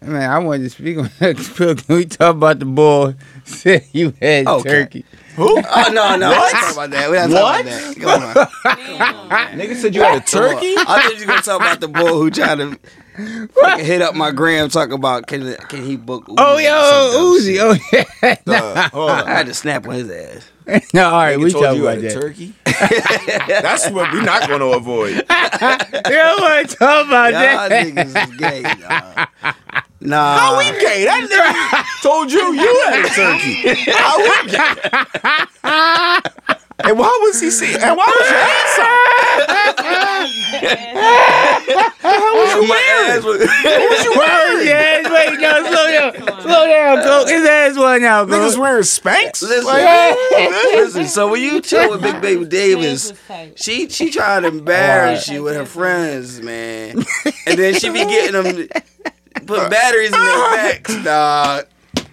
Speaker 2: Man, I wanted to speak on that. Can we talk about the boy said you had
Speaker 3: Okay.
Speaker 2: turkey?
Speaker 1: Who?
Speaker 3: Oh no, no.
Speaker 1: What?
Speaker 3: What? Talk about that. We not talking about that. Come on. Come
Speaker 1: Nigga said you had a
Speaker 3: on.
Speaker 1: turkey.
Speaker 3: I thought you were gonna talk about the boy who tried to fucking hit up my gram. Talking about can can he book? Uzi
Speaker 2: Oh,
Speaker 3: or some
Speaker 2: yo,
Speaker 3: dumb shit.
Speaker 2: Uzi. Oh, yeah.
Speaker 1: Uh, hold on.
Speaker 3: I had to snap on his ass.
Speaker 2: no, all right,
Speaker 1: Nigga
Speaker 2: we
Speaker 1: told
Speaker 2: talk
Speaker 1: you
Speaker 2: about
Speaker 1: had a
Speaker 2: that.
Speaker 1: turkey. That's what we're not going to avoid.
Speaker 2: Yo, want to talk about
Speaker 3: Y'all
Speaker 2: that?
Speaker 3: niggas is gay. Nah. nah.
Speaker 1: How Oh, we gay? That nigga told you you had a turkey. How we gay? And why was he see? And why was your ass out?
Speaker 3: How you wearing?
Speaker 1: What you
Speaker 2: Word,
Speaker 1: wearing?
Speaker 2: yes. Wait, no, slow down, slow down, go. His ass one out, go.
Speaker 1: Niggas wearing spanks.
Speaker 3: Listen, listen. So when you chill with Big Baby Davis, she she tried to embarrass you with her friends, man, and then she be getting them put batteries in their backs, dog.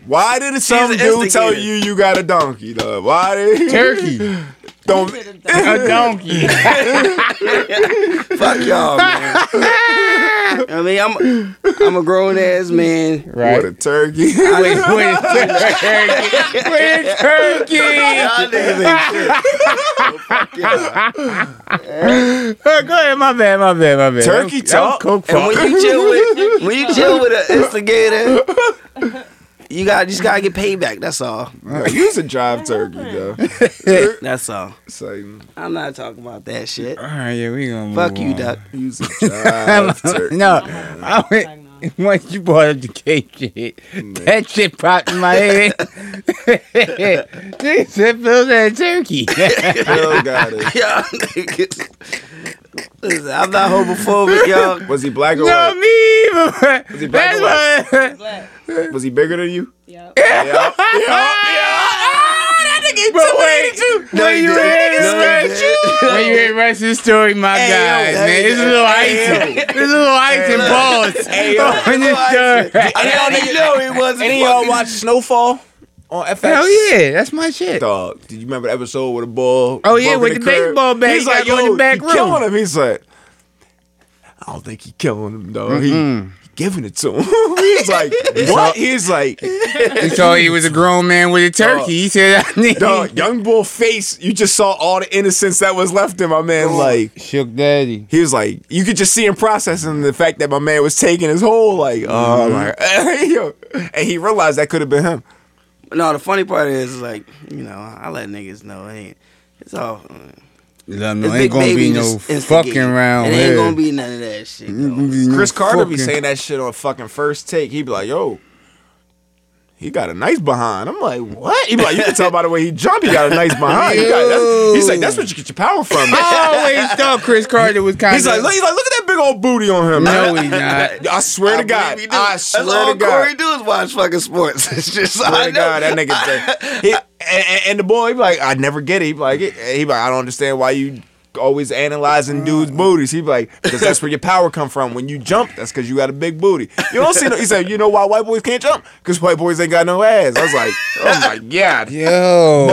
Speaker 1: Why did some
Speaker 3: an
Speaker 1: dude tell
Speaker 3: instigator.
Speaker 1: you you got a donkey? Dog? Why did
Speaker 2: turkey,
Speaker 1: Don't
Speaker 2: a donkey.
Speaker 3: Fuck y'all, man. I mean, I'm I'm a grown ass man.
Speaker 1: What a turkey.
Speaker 2: Wait, wait, turkey. Wait, turkey.
Speaker 1: Y'all niggas ain't shit.
Speaker 2: Uh, Go ahead, my bad, my bad, my bad.
Speaker 1: Turkey
Speaker 2: That was-
Speaker 1: talk?
Speaker 2: That was coke
Speaker 3: And when
Speaker 2: talk.
Speaker 3: you chill with when you chill with an instigator, you got just gotta get paid back. That's all.
Speaker 1: Yo, Use a drive turkey, though.
Speaker 3: That's all.
Speaker 1: Satan.
Speaker 3: I'm not talking about that shit.
Speaker 2: All right, yeah, we gonna move
Speaker 3: Fuck you,
Speaker 2: on.
Speaker 3: duck.
Speaker 1: Use a drive turkey.
Speaker 2: no,
Speaker 4: I'm
Speaker 2: I went,
Speaker 4: not
Speaker 2: once you brought up the cake shit, that shit popped in my head. they said, Phil's that turkey.
Speaker 1: Phil got it.
Speaker 3: Y'all niggas. Listen, I'm not homophobic, y'all.
Speaker 1: Was he black or
Speaker 2: no,
Speaker 1: white?
Speaker 2: me,
Speaker 1: he
Speaker 2: but
Speaker 1: black
Speaker 2: that's
Speaker 1: or
Speaker 2: why.
Speaker 4: black.
Speaker 1: Was he bigger than you?
Speaker 4: Yep.
Speaker 1: Yeah.
Speaker 3: Oh,
Speaker 2: But wait, when you ready to rush, when you ready to rush this story, my
Speaker 3: Hey,
Speaker 2: guys,
Speaker 3: yo,
Speaker 2: man,
Speaker 3: hey,
Speaker 2: it's a
Speaker 3: yo,
Speaker 2: little
Speaker 3: hey,
Speaker 2: icy. It's a little icy
Speaker 3: look.
Speaker 2: balls
Speaker 3: Hey, yo,
Speaker 2: on
Speaker 3: it's a
Speaker 2: this
Speaker 3: little
Speaker 2: story.
Speaker 3: And y'all niggas know he wasn't.
Speaker 1: Any of y'all
Speaker 3: fucking-
Speaker 1: watch Snowfall on FX?
Speaker 2: Hell yeah, that's my shit.
Speaker 1: Dog, did you remember the episode with the ball?
Speaker 2: Oh, yeah,
Speaker 1: broke
Speaker 2: with
Speaker 1: in
Speaker 2: the
Speaker 1: crib?
Speaker 2: baseball bat,
Speaker 1: He's
Speaker 2: he
Speaker 1: like,
Speaker 2: got
Speaker 1: yo,
Speaker 2: in the back
Speaker 1: he
Speaker 2: room.
Speaker 1: killing him. He's like, I don't think he killing him, though. He, he giving it to him. He's like, what? He's like,
Speaker 2: He thought he was a grown man with a turkey. He said, I need
Speaker 1: dog, young bull face. You just saw all the innocence that was left in my
Speaker 2: Oh.
Speaker 1: man. Like,
Speaker 2: Shook Daddy.
Speaker 1: he was like, you could just see him processing the fact that my man was taking his whole like, oh
Speaker 2: Mm-hmm.
Speaker 1: my, yo. and he realized that could have been him.
Speaker 3: No, the funny part is like, you know, I let niggas know it ain't. It's all.
Speaker 2: No,
Speaker 3: It's
Speaker 2: ain't
Speaker 3: big
Speaker 2: gonna be
Speaker 3: baby
Speaker 2: no
Speaker 3: just
Speaker 2: fucking
Speaker 3: instigating.
Speaker 2: round.
Speaker 3: It
Speaker 2: here. Mm-hmm.
Speaker 3: ain't gonna be none of that shit.
Speaker 2: Ain't
Speaker 3: Though.
Speaker 2: gonna be no
Speaker 1: Chris Carter be
Speaker 2: fucking-
Speaker 1: saying that shit on fucking first take. He be like, yo, he got a nice behind. I'm like, what? He be like, you can tell by the way he jumped, he got a nice behind. He got- that's- he's like, that's what you get your power from.
Speaker 3: Oh,
Speaker 2: I always thought Chris Carter was kind
Speaker 1: He's
Speaker 2: of.
Speaker 1: like, look, he's like, look at that big old booty on him.
Speaker 2: no, he's not.
Speaker 1: I swear to God.
Speaker 3: believe he do.
Speaker 1: I
Speaker 3: That's
Speaker 1: swear
Speaker 3: all
Speaker 1: to God.
Speaker 3: Corey do is watch fucking sports. It's just
Speaker 1: swear
Speaker 3: I
Speaker 1: to
Speaker 3: know.
Speaker 1: God, that nigga. he, and, and- and the boy, he be like, I never get it. He be like, it- he be like, I don't understand why you always analyzing dudes' booties. He be like, because that's where your power come from. When you jump, that's because you got a big booty. You don't see. No, he said, you know why white boys can't jump? Because white boys ain't got no ass. I was like, oh my god,
Speaker 2: Yo.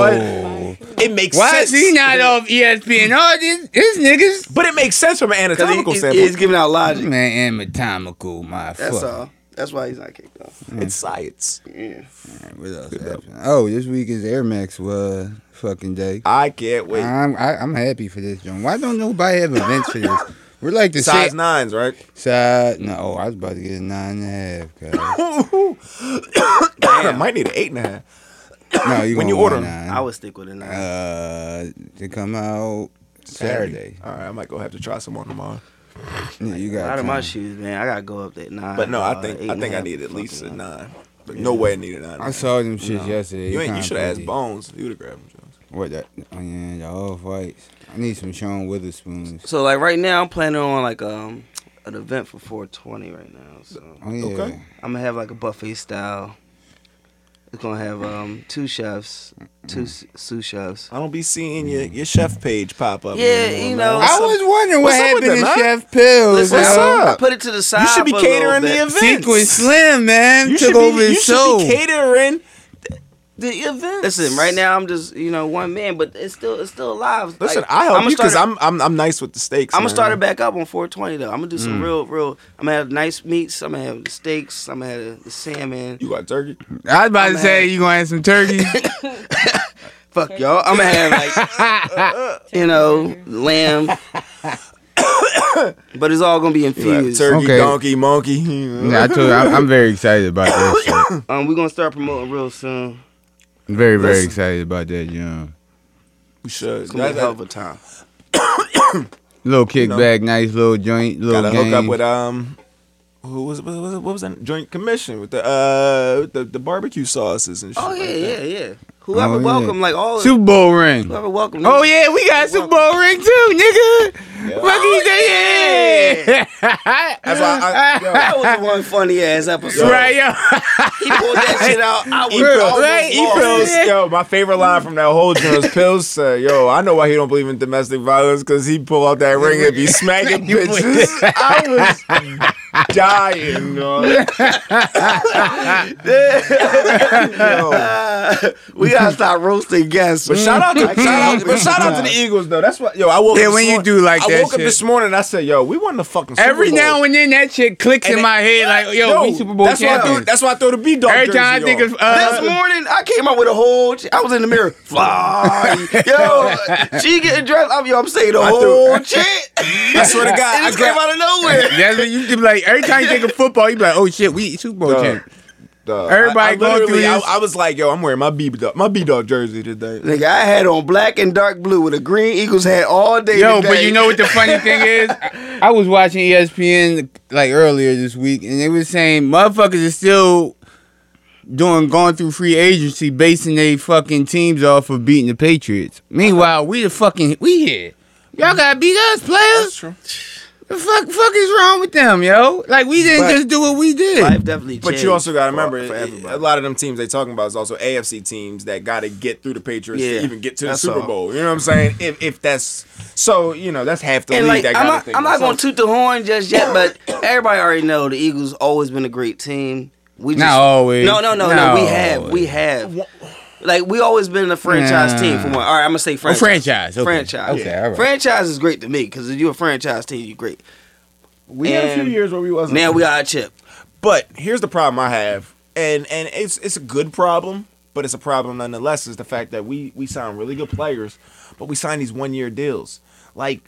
Speaker 1: but it makes
Speaker 2: Why
Speaker 1: sense.
Speaker 2: is he not off ESPN? Oh, these, these
Speaker 1: But it makes sense from an
Speaker 3: Because
Speaker 1: anatomical
Speaker 3: he's,
Speaker 1: standpoint.
Speaker 3: he's giving out
Speaker 2: niggas.
Speaker 3: logic.
Speaker 2: Man, anatomical, my
Speaker 3: That's
Speaker 2: Mm-hmm. fuck.
Speaker 3: all. That's why he's not kicked off.
Speaker 1: it's science.
Speaker 3: Yeah.
Speaker 2: What else happened? Oh, this week is Air Max uh, fucking day.
Speaker 1: I can't wait.
Speaker 2: I'm I, I'm happy for this, John. Why don't nobody have events for this? We're like the
Speaker 1: Size
Speaker 2: same-
Speaker 1: nines, right?
Speaker 2: Size, no, oh, I was about to get a nine and a half. Guys.
Speaker 1: I might need an eight and a half.
Speaker 2: No, you
Speaker 1: When
Speaker 2: gonna
Speaker 1: you
Speaker 2: want
Speaker 1: order 'em,
Speaker 2: nine.
Speaker 3: I would stick with a nine.
Speaker 2: uh, they come out Saturday.
Speaker 1: All right, I might go have to try some on tomorrow.
Speaker 2: Yeah, you
Speaker 3: out
Speaker 2: got
Speaker 3: of my
Speaker 2: time.
Speaker 3: shoes, man. I gotta go up that nine.
Speaker 1: But no, I
Speaker 3: uh,
Speaker 1: think
Speaker 3: eight
Speaker 1: I
Speaker 3: and
Speaker 1: think I
Speaker 3: half,
Speaker 1: need at least a
Speaker 3: fucking
Speaker 1: nine. But no way I need a nine.
Speaker 2: I saw them shits yesterday.
Speaker 1: You
Speaker 2: They
Speaker 1: ain't. You
Speaker 2: kinda
Speaker 1: should have asked
Speaker 2: pretty.
Speaker 1: Bones. He would have grabbed him. Jones.
Speaker 2: What that? Oh, yeah, the off whites. I need some Sean Witherspoons.
Speaker 3: So like right now, I'm planning on like um an event for 420 right now. So
Speaker 2: Oh yeah.
Speaker 1: Okay.
Speaker 3: I'm gonna have like a buffet style. It's gonna have um two chefs, two s
Speaker 2: Mm-hmm.
Speaker 3: sous chefs.
Speaker 1: I don't be seeing your, your chef page pop up.
Speaker 3: Yeah,
Speaker 1: anymore, man.
Speaker 3: you
Speaker 2: I
Speaker 3: know, What's
Speaker 2: was wondering what
Speaker 1: what's up with
Speaker 2: happened to
Speaker 1: them, huh?
Speaker 2: Chef Pills.
Speaker 3: Listen,
Speaker 1: what's
Speaker 2: yo.
Speaker 1: up?
Speaker 3: I put it to the side.
Speaker 1: You should be
Speaker 3: for a little
Speaker 1: catering the
Speaker 3: bit.
Speaker 1: event.
Speaker 2: Sequin Slim, man,
Speaker 1: you should
Speaker 2: took
Speaker 1: be,
Speaker 2: over
Speaker 1: you
Speaker 2: his
Speaker 1: should
Speaker 2: show.
Speaker 1: be catering the event.
Speaker 3: Listen, right now I'm just you know one man, but it's still it's still alive.
Speaker 1: Listen, I help
Speaker 3: I'ma
Speaker 1: you because
Speaker 3: start-
Speaker 1: I'm, I'm I'm Mm. nice with the steaks.
Speaker 3: I'm gonna start it
Speaker 1: back.
Speaker 3: back up on 420 though. I'm gonna do some real, real. I'm gonna have nice meats. I'm gonna have the steaks. I'm gonna have the salmon.
Speaker 1: You got turkey?
Speaker 2: I was about
Speaker 3: I'm
Speaker 2: to say
Speaker 3: mad.
Speaker 2: you gonna have some turkey.
Speaker 3: Fuck y'all. I'm gonna have like you know, lamb. but it's all gonna be
Speaker 1: You got
Speaker 3: infused.
Speaker 1: turkey,
Speaker 2: Okay.
Speaker 1: donkey, monkey.
Speaker 2: yeah, I told you, I'm, I'm very excited about that. shit.
Speaker 3: Um, we're gonna start promoting real soon.
Speaker 2: I'm very, very
Speaker 1: Listen.
Speaker 2: excited about that, you know.
Speaker 1: You should.
Speaker 3: It's gonna be a hell
Speaker 1: Gotta
Speaker 3: of a time.
Speaker 2: Little kickback, nice little joint, little
Speaker 1: gotta
Speaker 2: game.
Speaker 1: hook up with um. Who was, what was what was that joint commission with the uh the, the barbecue sauces and shit?
Speaker 3: Oh yeah,
Speaker 1: like
Speaker 3: yeah,
Speaker 1: that.
Speaker 3: yeah. Whoever
Speaker 2: Oh, yeah.
Speaker 3: welcome, like all
Speaker 2: Super Bowl ring.
Speaker 3: whoever welcome.
Speaker 2: Oh yeah, we got Super Bowl ring too, nigga. Fuck you, say yeah.
Speaker 1: Oh, That's why I, yo,
Speaker 3: That was the one funny ass episode.
Speaker 2: Right, yo.
Speaker 3: He pulled that shit out. I was
Speaker 1: He
Speaker 3: almost
Speaker 1: pills,
Speaker 2: right,
Speaker 1: he
Speaker 2: lost.
Speaker 1: pills,
Speaker 2: Yeah.
Speaker 1: yo, my favorite line from that whole joint is Pills said, yo, I know why he don't believe in domestic violence because he pull out that ring and be smacking bitches. I was dying, dog. yo,
Speaker 3: we gotta stop roasting guests.
Speaker 1: But shout out, to, shout out, but shout out to the Eagles though. That's what yo. I woke.
Speaker 2: Mm-hmm. Yeah,
Speaker 1: up this
Speaker 2: when you
Speaker 1: morning-
Speaker 2: do like
Speaker 1: I
Speaker 2: that
Speaker 1: woke up
Speaker 2: shit.
Speaker 1: this morning. and I said, yo, we won the fucking. Super
Speaker 2: Every
Speaker 1: Bowl.
Speaker 2: now and then that shit clicks in
Speaker 1: And
Speaker 2: my head like, yo, we
Speaker 1: Yo,
Speaker 2: Super Bowl
Speaker 1: that's why I threw,
Speaker 2: champions.
Speaker 1: that's why I throw the B dog.
Speaker 2: Every time I think of
Speaker 3: This
Speaker 2: uh,
Speaker 3: morning, I came out with a whole. I was in the mirror, fly, yo. She getting dressed up, yo. I'm saying the
Speaker 1: threw-
Speaker 3: whole shit. I
Speaker 1: swear to God,
Speaker 3: it
Speaker 1: I
Speaker 3: just came
Speaker 1: gra-
Speaker 3: out of nowhere.
Speaker 2: that's what you you be like. Every time you think of football, you be like, oh shit, we Super Bowl
Speaker 1: Duh.
Speaker 2: champions.
Speaker 1: everybody
Speaker 2: Everybody
Speaker 1: I,
Speaker 2: going
Speaker 1: literally-
Speaker 2: through
Speaker 1: I,
Speaker 2: this.
Speaker 1: I was like, yo, I'm wearing my B dog, my B dog jersey today.
Speaker 3: Nigga, I had on black and dark blue with a green Eagles hat all day.
Speaker 2: Yo,
Speaker 3: today.
Speaker 2: but you know what the funny thing is? I, I was watching E ESPN like earlier this week, and they were saying motherfuckers are still doing going through free agency, basing their fucking teams off of beating the Patriots. Meanwhile, we the fucking we here. Y'all gotta beat us, players.
Speaker 1: true.
Speaker 2: The fuck, fuck is wrong with them, yo? Like we didn't
Speaker 3: But-
Speaker 2: just do what we did.
Speaker 3: Life definitely changed.
Speaker 1: But you also got to remember,
Speaker 3: for- for
Speaker 1: it-
Speaker 3: everybody.
Speaker 1: a lot of them teams they talking about is also AFC teams that got to get through the Patriots
Speaker 3: Yeah,
Speaker 1: to even get to the
Speaker 3: that's
Speaker 1: Super
Speaker 3: all.
Speaker 1: Bowl. You know what I'm saying? If if that's so, you know that's half the
Speaker 3: And
Speaker 1: league.
Speaker 3: like,
Speaker 1: that
Speaker 3: I'm
Speaker 1: got
Speaker 3: not, I'm not going to toot the horn just yet, but everybody already know the Eagles always been a great team. We just,
Speaker 2: Not always.
Speaker 3: No, no, no, no. We
Speaker 2: Not
Speaker 3: have, we
Speaker 2: always.
Speaker 3: have. Like we always been a franchise
Speaker 2: Nah.
Speaker 3: team. For one, all right, I'm gonna say
Speaker 2: Oh,
Speaker 3: franchise.
Speaker 2: franchise. Okay.
Speaker 3: Franchise.
Speaker 2: Okay, all right.
Speaker 3: Franchise is great to me because if you're a franchise team, you're great.
Speaker 1: We had a few
Speaker 3: And
Speaker 1: years where we wasn't.
Speaker 3: Now we are a chip.
Speaker 1: But here's the problem I have, and and it's it's a good problem, but it's a problem nonetheless. Is the fact that we we sign really good players, but we sign these one year deals. Like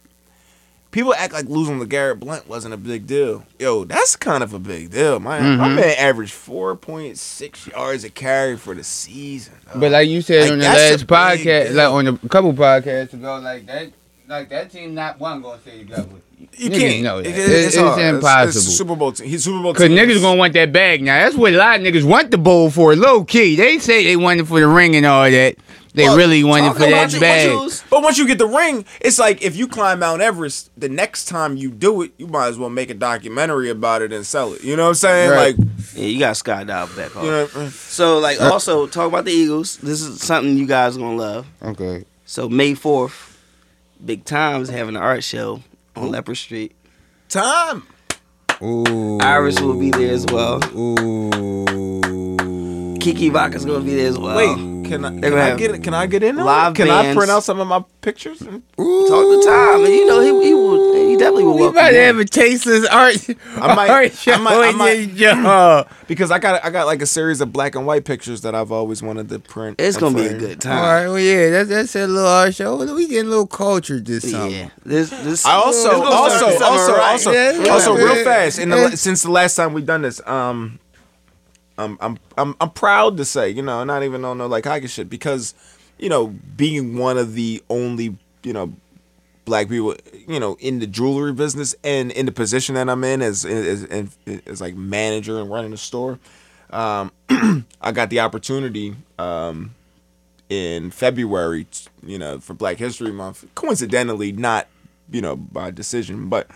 Speaker 1: people act like losing to Garrett Blunt wasn't a big deal. Yo, that's kind of a big deal. My
Speaker 2: Mm-hmm.
Speaker 1: my man averaged four point six yards a carry for the season.
Speaker 2: But like you said
Speaker 1: Like,
Speaker 2: on the
Speaker 1: that's
Speaker 2: last
Speaker 1: a big
Speaker 2: podcast,
Speaker 1: deal.
Speaker 2: like on a couple podcasts ago, like that, like that team not one gonna say double.
Speaker 1: you
Speaker 2: niggas
Speaker 1: can't.
Speaker 2: know that.
Speaker 1: It-
Speaker 2: It- it's
Speaker 1: hard. It's,
Speaker 2: impossible.
Speaker 1: it's Super Bowl team. He's Super Bowl
Speaker 2: Cause
Speaker 1: team.
Speaker 2: niggas gonna want that bag now. That's what a lot of niggas want the bowl for, low key. They say they want it for the ring and all that. They
Speaker 1: Well,
Speaker 2: really want it
Speaker 3: talking
Speaker 2: for that
Speaker 3: about the
Speaker 2: bag.
Speaker 3: Eagles,
Speaker 1: But once you get the ring, it's like if you climb Mount Everest, the next time you do it, you might as well make a documentary about it and sell it. You know what I'm saying?
Speaker 2: Right.
Speaker 1: Like,
Speaker 3: Yeah, you got skydive for that. Paul.
Speaker 1: you know, uh,
Speaker 3: So like, also talk about the Eagles. This is something you guys gonna love.
Speaker 2: Okay.
Speaker 3: So May fourth, Big Time's having an art show on Leopard Street.
Speaker 1: time.
Speaker 2: Ooh.
Speaker 3: Iris will be there as well.
Speaker 2: Ooh.
Speaker 3: Kiki Vodka's gonna be there as well.
Speaker 1: Wait, can I,
Speaker 3: They're
Speaker 1: can
Speaker 3: gonna
Speaker 1: I
Speaker 3: have
Speaker 1: get can I get in? on it?
Speaker 3: live
Speaker 1: Can I
Speaker 3: bands.
Speaker 1: print out some of my pictures?
Speaker 3: talk to Tom, and you know he he, will, he definitely will
Speaker 2: We
Speaker 3: welcome.
Speaker 2: about to
Speaker 3: you.
Speaker 2: have a tasteless art.
Speaker 1: I might-
Speaker 2: art show
Speaker 1: I might- I
Speaker 2: in
Speaker 1: might-
Speaker 2: your yard.
Speaker 1: Because I got I got like a series of black and white pictures that I've always wanted to print.
Speaker 3: it's
Speaker 1: and
Speaker 3: gonna be a
Speaker 1: frame.
Speaker 3: good
Speaker 2: All
Speaker 3: time.
Speaker 2: right, well, yeah, that's that's a little our show. We getting a little cultured this summer.
Speaker 3: Yeah, this this.
Speaker 1: I also
Speaker 3: this gonna
Speaker 1: also
Speaker 3: start the
Speaker 1: also
Speaker 3: summer
Speaker 1: also
Speaker 3: right.
Speaker 1: also,
Speaker 2: Yeah, yeah,
Speaker 1: real
Speaker 2: yeah.
Speaker 1: fast. In the,
Speaker 2: Yeah.
Speaker 1: la- since the last time we done this, um, I'm I'm I'm I'm proud to say, you know, not even on no like hockey shit because, you know, being one of the only you know black people you know in the jewelry business and in the position that I'm in as as, as, as like manager and running the store, um, I got the opportunity um, in February, you know, for Black History Month. Coincidentally, not you know by decision, but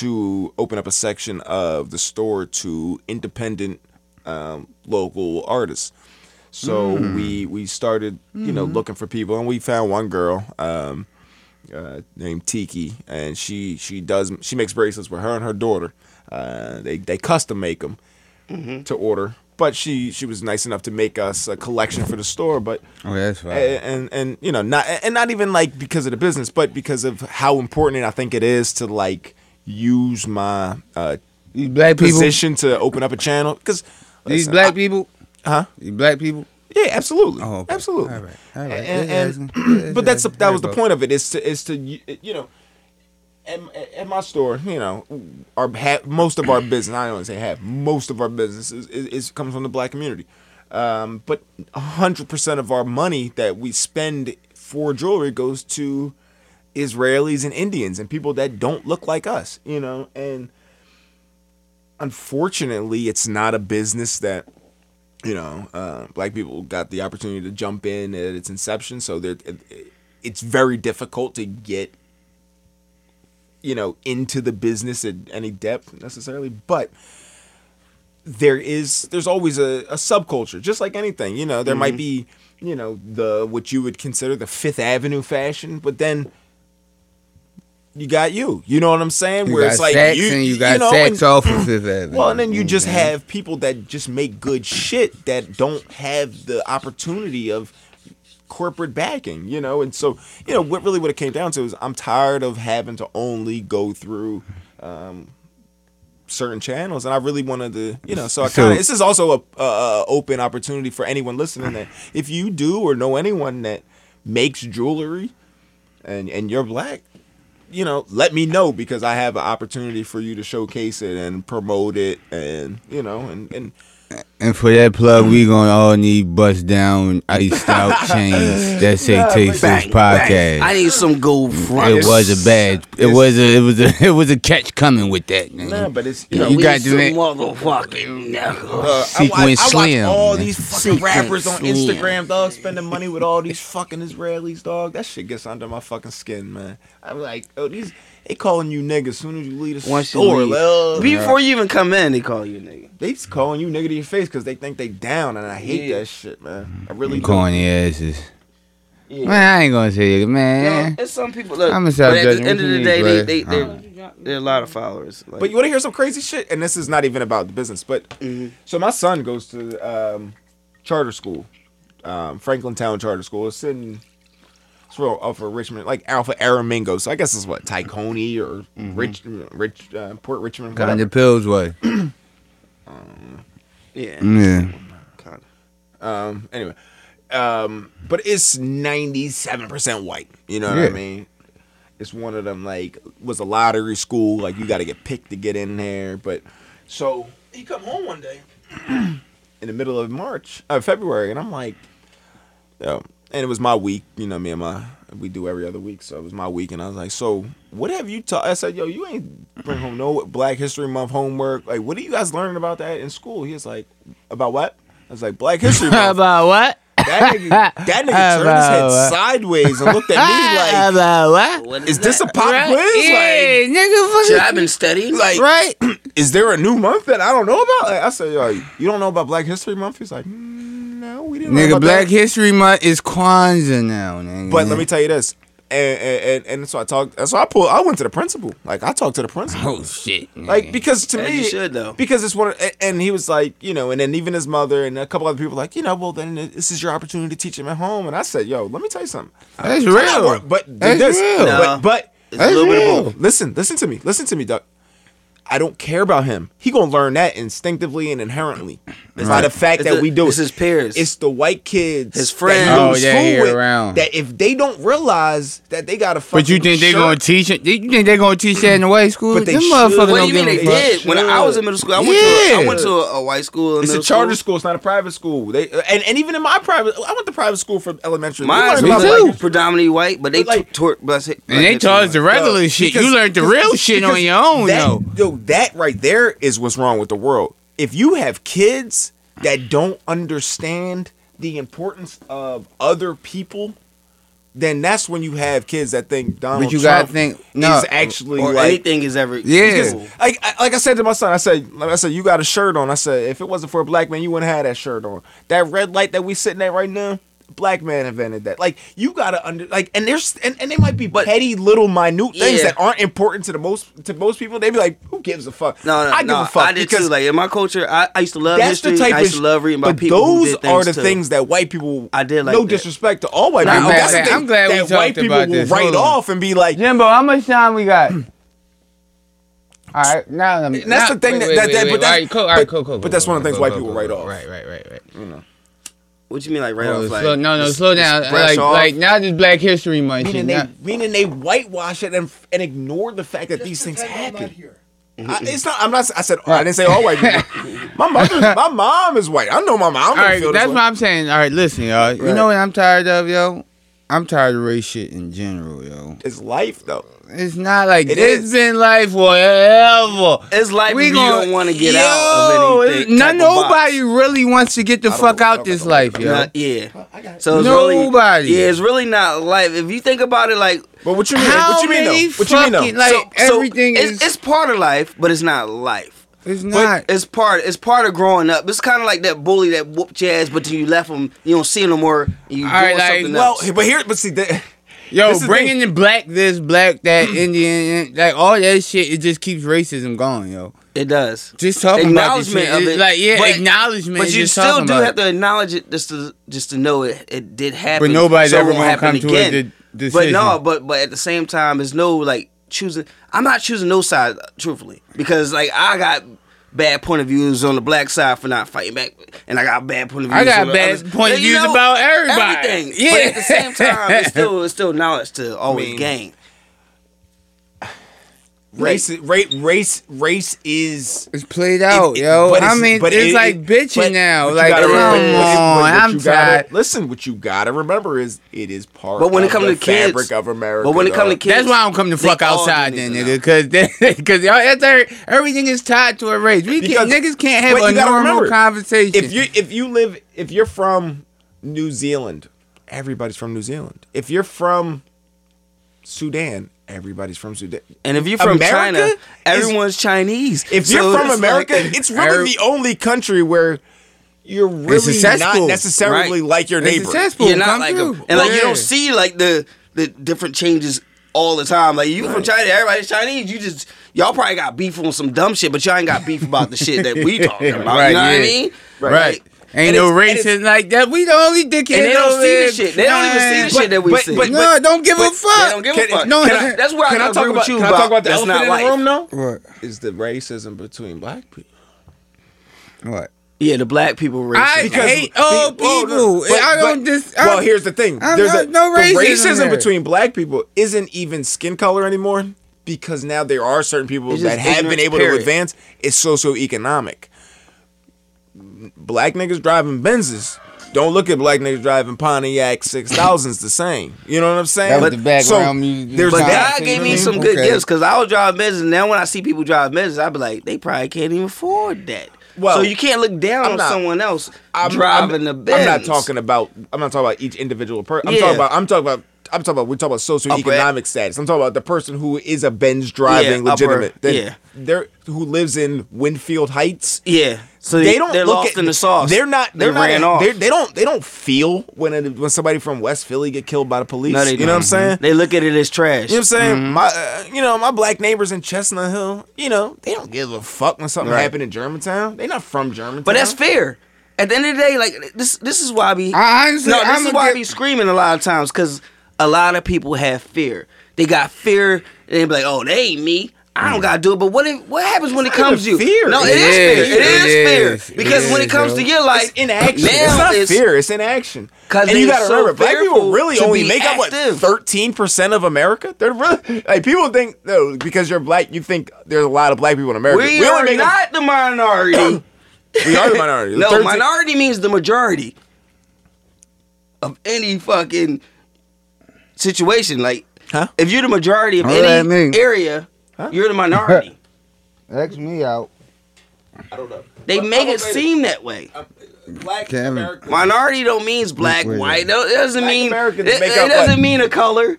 Speaker 1: to open up a section of the store to independent um, local artists. So we we started you know looking for people, and we found one girl. Um, uh, named Tiki, and she she does she makes bracelets with her and her daughter. Uh, they they custom make them to order, but she she was nice enough to make us a collection for the store. But
Speaker 2: Oh, that's fine.
Speaker 1: a- and and you know not and not even like because of the business but because of how important i think it is to like use my uh
Speaker 2: These black people.
Speaker 1: position to open up a channel because
Speaker 2: These black people.
Speaker 1: huh
Speaker 2: These black people.
Speaker 1: yeah absolutely
Speaker 2: Oh, okay.
Speaker 1: absolutely
Speaker 2: All right. All right.
Speaker 1: And-
Speaker 2: Yeah,
Speaker 1: and-
Speaker 2: yeah, yeah, yeah,
Speaker 1: but that's the,
Speaker 2: yeah,
Speaker 1: that was the
Speaker 2: bro.
Speaker 1: point of it is to is to you you know at, at my store you know our half, most of our business i don't want to say half most of our business is, is, is comes from the black community um, but 100% of our money that we spend for jewelry goes to israelis and indians and people that don't look like us you know and unfortunately it's not a business that you know, uh, black people got the opportunity to jump in at its inception. So there, it- it's very difficult to get, you know, into the business at any depth necessarily. But there is, there's always a, a subculture, just like anything. You know, there might be,
Speaker 2: Mm-hmm.
Speaker 1: you know, the what you would consider the Fifth Avenue fashion, but then you got you. You know what I'm saying?
Speaker 2: You
Speaker 1: Where
Speaker 2: got
Speaker 1: it's like
Speaker 2: sex
Speaker 1: you,
Speaker 2: and you
Speaker 1: you
Speaker 2: got
Speaker 1: know,
Speaker 2: sex
Speaker 1: and-
Speaker 2: off of Fifth Avenue. Mm-hmm.
Speaker 1: Well, and then you
Speaker 2: know
Speaker 1: just
Speaker 2: what I'm saying?
Speaker 1: have people that just make good shit that don't have the opportunity of corporate backing, you know. And so, you know, what really what it came down to is I'm tired of having to only go through um, certain channels, and I really wanted to, you know. So I
Speaker 2: So-
Speaker 1: kind of this is also a, a, a open opportunity for anyone listening that if you do or know anyone that makes jewelry and and you're black you know, let me know because I have an opportunity for you to showcase it and promote it, and you know, and and
Speaker 2: And for that plug, we gonna all need bust down, iced out chains that say "Taste This
Speaker 3: Bang,
Speaker 2: Podcast."
Speaker 3: bang. I need some gold fronts.
Speaker 2: It was a bad. It was a. It was a. It was a catch coming with that. Man.
Speaker 1: nah, but it's you
Speaker 2: Yeah,
Speaker 1: know,
Speaker 2: you
Speaker 1: we-
Speaker 2: got
Speaker 3: With
Speaker 2: to
Speaker 3: some
Speaker 2: that-
Speaker 3: motherfucking knuckles.
Speaker 1: uh, I, wa-
Speaker 2: Sequence
Speaker 1: I watch
Speaker 2: Slim,
Speaker 1: all
Speaker 2: man.
Speaker 1: these fucking
Speaker 3: Sequence
Speaker 1: rappers on
Speaker 3: Slim.
Speaker 1: Instagram, dog, spending money with all these fucking Israelis, dog. That shit gets under my fucking skin, man. I'm like, oh, these they calling you niggas as soon as you leave the
Speaker 3: Once you
Speaker 1: store,
Speaker 3: leave.
Speaker 2: Uh,
Speaker 1: love.
Speaker 3: Before you even come in, they call you nigga.
Speaker 1: They calling you nigga to your face because they think they down, and I hate
Speaker 3: Yeah.
Speaker 1: that shit, man. I really do.
Speaker 2: corny asses.
Speaker 1: Yeah.
Speaker 2: Man, I ain't gonna say it,
Speaker 3: No,
Speaker 2: man.
Speaker 3: it's some people. Look,
Speaker 2: I'm a
Speaker 3: but at the
Speaker 2: self-judgment
Speaker 3: end of the
Speaker 2: community,
Speaker 3: day, they
Speaker 2: bruh.
Speaker 3: they
Speaker 2: Uh.
Speaker 3: they're, they're a lot of followers. Like,
Speaker 1: But you want to hear some crazy shit? And this is not even about the business. But
Speaker 3: Mhm.
Speaker 1: so my son goes to um, charter school, um, Franklin Town Charter School. It's in it's real off of Richmond, like Alpha Aramingo. So I guess it's what Tycone or Rich, Rich uh, Port Richmond.
Speaker 2: Kind
Speaker 1: whatever.
Speaker 2: of pills way.
Speaker 3: yeah,
Speaker 2: Yeah.
Speaker 3: kind of.
Speaker 1: Um, anyway, um, but it's ninety seven percent white. You know what
Speaker 2: Yeah.
Speaker 1: I mean? It's one of them like was a lottery school. Like you got to get picked to get in there. But so he come home one day in the middle of March, uh, February, and I'm like, yo. And it was my week. You know, me and my we do every other week, so it was my week, and I was like, so what have you taught? I said, yo, you ain't bring home no Black History Month homework. Like, what are you guys learning about that in school? He was like, about what? I was like, Black History Month.
Speaker 2: About what?
Speaker 1: That nigga, that nigga turned his head
Speaker 2: About-
Speaker 1: sideways and looked at me like,
Speaker 2: About what?
Speaker 3: What
Speaker 1: "Is this a
Speaker 3: that?
Speaker 1: pop quiz?
Speaker 2: Yeah,
Speaker 3: Shit,
Speaker 2: nigga,
Speaker 3: I've been studying.
Speaker 1: Like, like,
Speaker 2: right?
Speaker 1: is there a new month that I don't know about?" Like, I said, "Yo, you don't know about Black History Month?" He's like, "Mm, "No, we didn't." learn
Speaker 2: Nigga,
Speaker 1: about
Speaker 2: Black
Speaker 1: that."
Speaker 2: History Month is Kwanzaa now, nigga.
Speaker 1: But let me tell you this, and and, and, and so I talked. and So I pulled. I went to the principal. Like I talked to the principal.
Speaker 2: Oh shit! nigga.
Speaker 1: Like because to
Speaker 3: As
Speaker 1: me,
Speaker 3: you should, though.
Speaker 1: because it's one. Of, a- and he was like, you know, and then even his mother and a couple other people like, you know, well then this is your opportunity to teach him at home. And I said, yo, let me tell you something.
Speaker 2: that's
Speaker 1: I got
Speaker 2: real.
Speaker 1: work, but
Speaker 2: That's
Speaker 1: this,
Speaker 2: real.
Speaker 3: Nah.
Speaker 1: but but
Speaker 3: It's a little bit of both.
Speaker 1: Listen, listen to me. Listen to me, Doc. I don't care about him. He gonna learn that instinctively and inherently. It's not the fact
Speaker 3: It's
Speaker 1: that
Speaker 3: the-
Speaker 1: we do
Speaker 3: it's
Speaker 1: it.
Speaker 3: his peers.
Speaker 1: It's the white kids,
Speaker 3: His
Speaker 1: that he
Speaker 3: friends.
Speaker 1: goes
Speaker 2: Oh, yeah,
Speaker 1: school
Speaker 2: yeah,
Speaker 1: with
Speaker 2: around.
Speaker 1: That if they don't realize that they got a fucking.
Speaker 2: But you think they
Speaker 1: shirt-
Speaker 2: gonna teach it? You think they gonna teach that in the white school?
Speaker 1: But they
Speaker 2: Them
Speaker 1: should.
Speaker 2: motherfuckers
Speaker 3: What do
Speaker 2: don't
Speaker 3: you mean
Speaker 2: give
Speaker 3: they
Speaker 2: a fuck.
Speaker 3: did? When I was in middle school, I went to a, I
Speaker 2: Yeah.
Speaker 3: went to a, a white school. In
Speaker 1: It's a
Speaker 3: middle
Speaker 1: charter
Speaker 3: school.
Speaker 1: school. It's not a private school. They and, and even in my private, I went to private school from elementary. We
Speaker 3: Mine's
Speaker 1: learned
Speaker 2: Me
Speaker 3: was
Speaker 1: about
Speaker 2: too.
Speaker 1: black
Speaker 3: like predominantly white, but they
Speaker 1: But, like-
Speaker 3: taught us. And
Speaker 2: And they taught us the regular
Speaker 1: Yo,
Speaker 2: shit.
Speaker 1: uh, because-
Speaker 2: you learned the
Speaker 1: because-
Speaker 2: real shit on
Speaker 1: because
Speaker 2: your own,
Speaker 1: that,
Speaker 2: though.
Speaker 1: Yo, that right there is what's wrong with the world. If you have kids that don't understand the importance of other people, then that's when you have kids that think Donald
Speaker 2: But you
Speaker 1: Trump
Speaker 2: gotta think- no,
Speaker 1: is actually
Speaker 3: or
Speaker 1: like.
Speaker 3: anything is ever
Speaker 2: Yeah.
Speaker 3: cool.
Speaker 1: Like, I- like I said to my son, I said, like I said, you got a shirt on. I said, if it wasn't for a black man, you wouldn't have that shirt on. That red light that we sitting at right now, black man invented that. Like, you gotta under, like, and there's, and, and they might be
Speaker 3: But-
Speaker 1: petty little minute things
Speaker 3: Yeah.
Speaker 1: that aren't important to the most to most people. They be like, who gives a fuck?
Speaker 3: No, no,
Speaker 1: I give
Speaker 3: no,
Speaker 1: a fuck
Speaker 3: I did
Speaker 1: because
Speaker 3: too. Like in my culture, I, I used to love
Speaker 1: that's
Speaker 3: history.
Speaker 1: the type
Speaker 3: I
Speaker 1: of
Speaker 3: used
Speaker 1: sh-
Speaker 3: to love reading
Speaker 1: but
Speaker 3: about people. who
Speaker 1: those
Speaker 3: did
Speaker 1: are the
Speaker 3: too.
Speaker 1: things that white people.
Speaker 3: I did like
Speaker 1: no
Speaker 3: that.
Speaker 1: disrespect to all white
Speaker 2: Nah,
Speaker 1: people.
Speaker 2: I'm
Speaker 1: that's
Speaker 2: glad-
Speaker 1: the thing
Speaker 2: I'm glad we
Speaker 1: that
Speaker 2: talked
Speaker 1: white people
Speaker 2: about
Speaker 1: will
Speaker 2: this.
Speaker 1: write
Speaker 2: Hold on.
Speaker 1: off and be like,
Speaker 2: Jimbo, how much time we got? All right, now let me.
Speaker 1: And that's
Speaker 2: now-
Speaker 1: the thing that- that- that- but that's- but- but that's one of the things white people write off.
Speaker 2: Right, right, right, right.
Speaker 3: What you mean, like right
Speaker 2: Oh,
Speaker 3: off? Like,
Speaker 2: slow, no, no,
Speaker 3: just-
Speaker 2: slow
Speaker 3: just
Speaker 2: down.
Speaker 3: brush
Speaker 2: Like,
Speaker 3: off?
Speaker 2: like now this Black History Month. shit,
Speaker 1: meaning they
Speaker 2: now-
Speaker 1: meaning they whitewash it and and ignore the fact that these things happen. I, it's not. I'm not. I said. I didn't say all white people. my mother. My mom is white. I know my mom.
Speaker 2: All right,
Speaker 1: feel
Speaker 2: that's
Speaker 1: this
Speaker 2: what I'm saying. All right, listen, y'all. all You
Speaker 1: Right.
Speaker 2: know what I'm tired of, yo? I'm tired of race shit in general, yo.
Speaker 1: It's life though.
Speaker 2: It's not like
Speaker 1: It
Speaker 2: it's
Speaker 1: is.
Speaker 2: been life forever.
Speaker 3: It's like
Speaker 2: We
Speaker 3: we
Speaker 2: gonna-
Speaker 3: don't want to get
Speaker 2: yo,
Speaker 3: out of
Speaker 2: it's-
Speaker 3: anything.
Speaker 2: Not
Speaker 3: type of box.
Speaker 2: nobody really wants to get the
Speaker 1: don't
Speaker 2: fuck
Speaker 1: know.
Speaker 2: out
Speaker 1: I
Speaker 2: this
Speaker 1: don't
Speaker 2: life, yo.
Speaker 3: Not- yeah. So it's
Speaker 2: Nobody.
Speaker 3: Really, yeah, it's really not life. If you think about it, like
Speaker 1: But what you mean?
Speaker 2: How
Speaker 1: what you mean
Speaker 2: many
Speaker 1: though? What you mean
Speaker 2: fucking,
Speaker 1: though?
Speaker 2: like
Speaker 3: so, so
Speaker 2: everything
Speaker 3: it's,
Speaker 2: is
Speaker 3: it's part of life, but it's not life.
Speaker 2: it's
Speaker 3: But
Speaker 2: not.
Speaker 3: it's part. It's part of growing up. It's kind of like that bully that whooped your ass, but then you left him. You don't see him no more. and You
Speaker 2: All
Speaker 3: doing
Speaker 2: right, like,
Speaker 3: something
Speaker 1: well,
Speaker 3: else.
Speaker 1: oh, but here, but see that.
Speaker 2: Yo,
Speaker 1: This is
Speaker 2: bringing the black this, black that, Indian, like all that shit, it just keeps racism going, yo.
Speaker 3: It does.
Speaker 2: Just talking about this
Speaker 3: Acknowledgement
Speaker 2: shit,
Speaker 3: of
Speaker 2: it's
Speaker 3: it,
Speaker 2: like yeah,
Speaker 3: but-
Speaker 2: acknowledgement.
Speaker 3: But
Speaker 2: is
Speaker 3: you
Speaker 2: just
Speaker 3: still
Speaker 2: talking
Speaker 3: do
Speaker 2: about
Speaker 3: have
Speaker 2: it.
Speaker 3: to acknowledge it just to just to know it, it did happen.
Speaker 2: But nobody's
Speaker 3: so it
Speaker 2: ever
Speaker 3: won't
Speaker 2: gonna
Speaker 3: happen
Speaker 2: come to a
Speaker 3: again.
Speaker 2: de-
Speaker 3: But
Speaker 2: decision.
Speaker 3: no, but but at the same time, there's no like choosing. I'm not choosing no side truthfully because like I got bad point of views on the black side for not fighting back, and I got bad point of views.
Speaker 2: I got
Speaker 3: on the
Speaker 2: bad
Speaker 3: other-
Speaker 2: point of
Speaker 3: You
Speaker 2: views about everybody.
Speaker 3: Everything.
Speaker 2: Yeah.
Speaker 3: But at the same time, it's still it's still knowledge to always
Speaker 1: mean,
Speaker 3: gain.
Speaker 1: Race, race, race, race is
Speaker 2: It's played out,
Speaker 1: It- it-
Speaker 2: yo.
Speaker 1: but
Speaker 2: I mean,
Speaker 1: but
Speaker 2: it's
Speaker 1: it-
Speaker 2: like
Speaker 1: it-
Speaker 2: bitching
Speaker 1: but-
Speaker 2: now.
Speaker 1: but you
Speaker 2: like,
Speaker 1: gotta
Speaker 2: come
Speaker 1: remember- but what
Speaker 2: on, I'm
Speaker 1: you gotta-
Speaker 2: tired.
Speaker 1: Listen, what you gotta remember is it is part.
Speaker 3: But when it
Speaker 1: of
Speaker 3: come
Speaker 1: the
Speaker 3: to kids-
Speaker 1: fabric of America.
Speaker 3: but when it come to
Speaker 1: dog.
Speaker 3: kids,
Speaker 2: That's why I don't come to
Speaker 3: they
Speaker 2: fuck
Speaker 3: all
Speaker 2: outside
Speaker 3: do
Speaker 2: then,
Speaker 3: nigga
Speaker 2: nigga, because because y'all that's every- everything is tied to a race. We
Speaker 1: Because-
Speaker 2: can't, niggas can't have
Speaker 1: but
Speaker 2: a
Speaker 1: you gotta
Speaker 2: normal
Speaker 1: remember,
Speaker 2: conversation.
Speaker 1: if you if you live if you're from New Zealand, everybody's from New Zealand. If you're from Sudan, everybody's from Sudan.
Speaker 3: And if you're from
Speaker 1: America
Speaker 3: China,
Speaker 1: is-
Speaker 3: everyone's Chinese.
Speaker 1: If
Speaker 3: So
Speaker 1: you're from
Speaker 3: it's
Speaker 1: America,
Speaker 3: like-
Speaker 1: it's really the only country where you're really
Speaker 2: cesspool,
Speaker 1: not necessarily
Speaker 3: right.
Speaker 1: like your
Speaker 2: It's a
Speaker 1: neighbor.
Speaker 2: cesspool.
Speaker 3: you're not
Speaker 2: come
Speaker 3: like
Speaker 2: through.
Speaker 3: them. and like you
Speaker 2: Yeah.
Speaker 3: don't see like the the different changes all the time. Like you from China, everybody's Chinese. You just y'all probably got beef on some dumb shit, but y'all ain't got beef about the shit that we talking about.
Speaker 2: Right,
Speaker 3: you know what
Speaker 2: yeah.
Speaker 3: I mean?
Speaker 2: right.
Speaker 3: Like,
Speaker 2: Ain't
Speaker 3: and
Speaker 2: no
Speaker 3: it's- and it's-
Speaker 2: racism like that. We the only dickhead
Speaker 3: And they
Speaker 2: over
Speaker 3: don't see
Speaker 2: here.
Speaker 3: the shit. They don't even see the
Speaker 2: But-
Speaker 3: shit that we
Speaker 1: but-
Speaker 3: see.
Speaker 1: but-
Speaker 2: no, don't give a
Speaker 3: But
Speaker 2: fuck.
Speaker 3: They don't give a fuck.
Speaker 2: No,
Speaker 3: Can I- that's where
Speaker 1: can
Speaker 3: I,
Speaker 1: I
Speaker 3: agree
Speaker 1: talk
Speaker 3: with
Speaker 1: about,
Speaker 3: you
Speaker 1: can I talk about the
Speaker 3: that's
Speaker 1: elephant
Speaker 3: not
Speaker 1: in
Speaker 3: life.
Speaker 1: the room now?
Speaker 2: what?
Speaker 1: Is the racism between black people?
Speaker 2: What?
Speaker 3: Yeah, the black people racism.
Speaker 2: I hate old
Speaker 1: be- well,
Speaker 2: people.
Speaker 1: no, but-
Speaker 2: I don't
Speaker 1: but-
Speaker 2: just.
Speaker 1: well, here's the thing.
Speaker 2: I-
Speaker 1: There's
Speaker 2: no-
Speaker 1: a,
Speaker 2: no
Speaker 1: the
Speaker 2: racism
Speaker 1: racism
Speaker 2: there.
Speaker 1: between black people isn't even skin color anymore because now there are certain people
Speaker 3: It's
Speaker 1: that
Speaker 3: just
Speaker 1: have been
Speaker 3: ignorance,
Speaker 1: able to
Speaker 3: period.
Speaker 1: advance. It's socioeconomic. Black niggas driving Benzes. Don't look at black niggas driving Pontiac six thousands the same. You know what I'm saying?
Speaker 2: That was the
Speaker 1: So,
Speaker 2: background music.
Speaker 1: there's
Speaker 3: But
Speaker 2: Nah,
Speaker 1: that.
Speaker 2: I
Speaker 3: God
Speaker 2: see
Speaker 3: gave
Speaker 2: what
Speaker 3: me
Speaker 2: you
Speaker 3: some
Speaker 2: mean.
Speaker 3: good
Speaker 2: Okay.
Speaker 3: gifts because I was drive business. Now when I see people drive business, I be like, they probably can't even afford that.
Speaker 1: Well,
Speaker 3: so you can't look down
Speaker 1: I'm
Speaker 3: on
Speaker 1: not-
Speaker 3: someone else driving
Speaker 1: I'm,
Speaker 3: the Benz.
Speaker 1: I'm not talking about. I'm not talking about each individual person. I'm
Speaker 3: Yeah. e-
Speaker 1: talking about. I'm talking about. I'm talking about. We're talking about socioeconomic status. I'm talking about the person who is a Benz driving
Speaker 3: Yeah, upper-
Speaker 1: legitimate. that-
Speaker 3: yeah.
Speaker 1: They're who lives in Winfield Heights.
Speaker 3: Yeah. So
Speaker 1: They don't
Speaker 3: They're
Speaker 1: look
Speaker 3: lost
Speaker 1: at,
Speaker 3: in the sauce.
Speaker 1: They're not.
Speaker 3: They
Speaker 1: They're not.
Speaker 3: ran off.
Speaker 1: They're, they don't. They don't feel when it, when somebody from West Philly get killed by the police.
Speaker 3: No, they
Speaker 1: you
Speaker 3: don't. Mm-hmm.
Speaker 1: know what I'm saying?
Speaker 3: They look at it as trash.
Speaker 1: You know what I'm saying? My, uh, you know, my black neighbors in Chestnut Hill. You know, they don't give a fuck when something
Speaker 2: Right.
Speaker 1: happened in Germantown. They're not from Germantown.
Speaker 3: but that's fair. At the end of the day, like this, this is why I be.
Speaker 2: I honestly,
Speaker 3: no, this
Speaker 2: I'm
Speaker 3: is why I
Speaker 2: get-
Speaker 3: be screaming a lot of times because a lot of people have fear. They got fear. And they be like, "Oh, they ain't me. I don't gotta do it." But what if, what happens when it
Speaker 1: It's not
Speaker 3: comes to you?
Speaker 1: even fear.
Speaker 3: No,
Speaker 1: It
Speaker 3: it is,
Speaker 2: is.
Speaker 3: fear. It,
Speaker 2: Mm. It is.
Speaker 3: is fear because
Speaker 2: It
Speaker 3: when
Speaker 2: is,
Speaker 3: it comes
Speaker 2: bro.
Speaker 3: to your life,
Speaker 1: it's inaction.
Speaker 3: Now
Speaker 1: It's not fear. It's inaction.
Speaker 3: 'Cause
Speaker 1: and you
Speaker 3: they're
Speaker 1: gotta
Speaker 3: so
Speaker 1: remember, black people
Speaker 3: fearful
Speaker 1: really
Speaker 3: to
Speaker 1: only
Speaker 3: be
Speaker 1: make up what
Speaker 3: active.
Speaker 1: thirteen percent of America. They're really like people think though because you're black, you think there's a lot of black people in America.
Speaker 3: We,
Speaker 1: only
Speaker 3: are
Speaker 1: make up-
Speaker 3: not the minority.
Speaker 1: we are the minority.
Speaker 3: no,
Speaker 1: 13
Speaker 3: minority means the majority of any fucking situation. Like,
Speaker 1: Huh?
Speaker 3: if you're the majority of
Speaker 2: What
Speaker 3: any
Speaker 2: that mean?
Speaker 3: area,
Speaker 1: Huh?
Speaker 3: you're the minority.
Speaker 2: X me out.
Speaker 1: I don't know.
Speaker 3: They
Speaker 1: But
Speaker 3: make
Speaker 1: I'm
Speaker 3: it
Speaker 1: gonna say
Speaker 3: seem that way.
Speaker 1: this. black
Speaker 2: Kevin.
Speaker 1: America.
Speaker 3: Minority don't means black,
Speaker 2: Wait, wait.
Speaker 3: white. No, it doesn't
Speaker 1: Black
Speaker 3: mean
Speaker 1: Americans
Speaker 3: it,
Speaker 1: make
Speaker 3: it
Speaker 1: up
Speaker 3: doesn't
Speaker 1: what?
Speaker 3: mean a color.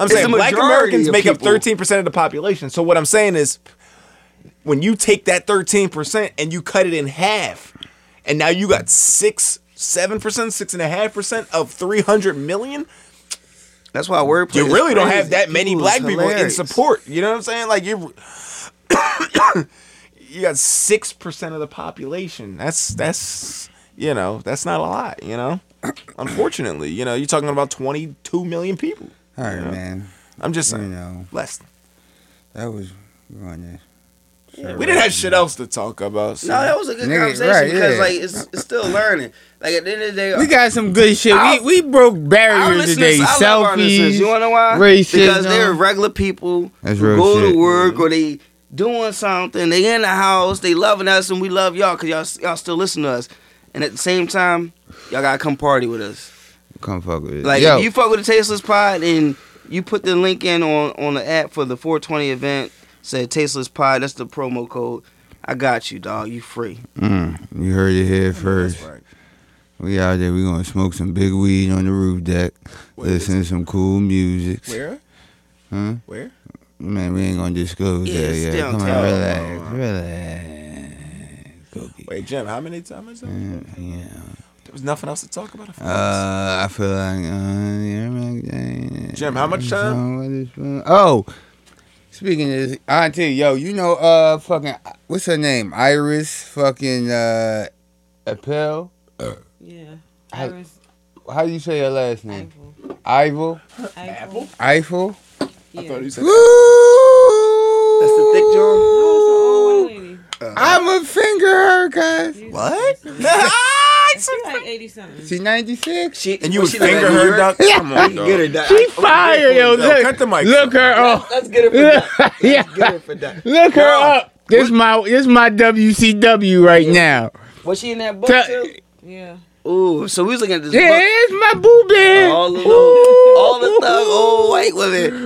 Speaker 1: I'm
Speaker 3: It's
Speaker 1: saying
Speaker 3: the
Speaker 1: black
Speaker 3: majority
Speaker 1: Americans
Speaker 3: of
Speaker 1: make up
Speaker 3: people.
Speaker 1: 13% of the population. So what I'm saying is when you take that 13% and you cut it in half, and now you got six, seven percent, six and a half percent of 300 million,
Speaker 3: That's why wordplay.
Speaker 1: you
Speaker 3: is
Speaker 1: really don't
Speaker 3: crazy.
Speaker 1: have that many
Speaker 3: People is
Speaker 1: black people in
Speaker 3: hilarious.
Speaker 1: support. You know what I'm saying? Like you you got 6% of the population. That's that's you know, that's not a lot, you know? Unfortunately, you know, you're talking about 22 million people.
Speaker 2: All right,
Speaker 1: you know?
Speaker 2: man.
Speaker 1: I'm just
Speaker 2: You
Speaker 1: saying.
Speaker 2: know
Speaker 1: Less.
Speaker 2: that was running.
Speaker 1: We didn't have shit else to talk about. So.
Speaker 3: No, that was a good
Speaker 2: Nigga,
Speaker 3: conversation
Speaker 2: right,
Speaker 3: because
Speaker 2: yeah.
Speaker 3: like it's, it's still learning. Like at the end of the day,
Speaker 2: We got some good shit.
Speaker 3: I'll-
Speaker 2: we we broke
Speaker 3: Our
Speaker 2: barriers today.
Speaker 3: listeners, I love our listeners.
Speaker 2: Selfies.
Speaker 3: You wanna know why?
Speaker 2: racism.
Speaker 3: Because they're regular people
Speaker 2: That's
Speaker 3: who
Speaker 2: real
Speaker 3: go
Speaker 2: shit.
Speaker 3: to work or they doing something. They in the house. They loving us, and we love y'all because y'all y'all still listen to us. And at the same time, y'all gotta come party with us.
Speaker 2: Come fuck with it.
Speaker 3: Like
Speaker 2: Yo,
Speaker 3: if you fuck with the Tasteless Pod and you put the link in on on the app for the 420 event, said Tasteless Pod. That's the promo code. I got you, dog. You free.
Speaker 2: mm, you heard it here first. We out there. We gonna smoke some big weed on the roof deck.
Speaker 1: Where is
Speaker 2: listen to some cool music.
Speaker 1: Where?
Speaker 2: Huh?
Speaker 1: Where?
Speaker 2: Man, we ain't gonna disclose
Speaker 3: Yeah,
Speaker 2: that
Speaker 3: it's
Speaker 2: yet.
Speaker 3: down
Speaker 2: Come on,
Speaker 3: town.
Speaker 2: relax, relax. Go get
Speaker 1: Wait, Jim, how many times? There
Speaker 2: Mm, yeah.
Speaker 1: was nothing else to talk about. I forgot.
Speaker 2: Uh, I feel like uh, yeah, man, yeah,
Speaker 1: Jim, how much time?
Speaker 2: Oh, speaking of this, auntie, yo, you know, uh, fucking, what's her name? Iris, fucking, uh, Appel.
Speaker 4: Yeah.
Speaker 2: I-
Speaker 4: Iris,
Speaker 2: How do you say her last name?
Speaker 4: Apple.
Speaker 2: Ivel,
Speaker 4: Apple?
Speaker 2: Eiffel.
Speaker 4: Yeah.
Speaker 1: I thought you said
Speaker 2: Woo!
Speaker 3: That's the thick John.
Speaker 4: No, it's the old white lady.
Speaker 2: I'ma finger her, cuz.
Speaker 4: You-
Speaker 1: Ah,
Speaker 3: What?
Speaker 4: She like 80 something.
Speaker 2: She 96.
Speaker 3: she,
Speaker 1: and you
Speaker 3: was
Speaker 1: would finger her, Doc? Come on, dog.
Speaker 3: Get her, Doc.
Speaker 2: She fire, yo.
Speaker 1: Yo,
Speaker 2: Look,
Speaker 1: cut the mic.
Speaker 2: look her up.
Speaker 3: Let's get her for Doc. Let's
Speaker 2: Yeah.
Speaker 3: get her for Doc.
Speaker 2: Look her up. This my this my WCW right now.
Speaker 3: Was she in that book
Speaker 2: Tell-
Speaker 3: too?
Speaker 4: Yeah.
Speaker 3: Ooh, so we was looking at this
Speaker 2: Yeah,
Speaker 3: book.
Speaker 2: it's my boo bear.
Speaker 3: All the
Speaker 2: Ooh.
Speaker 3: all the thug old white women.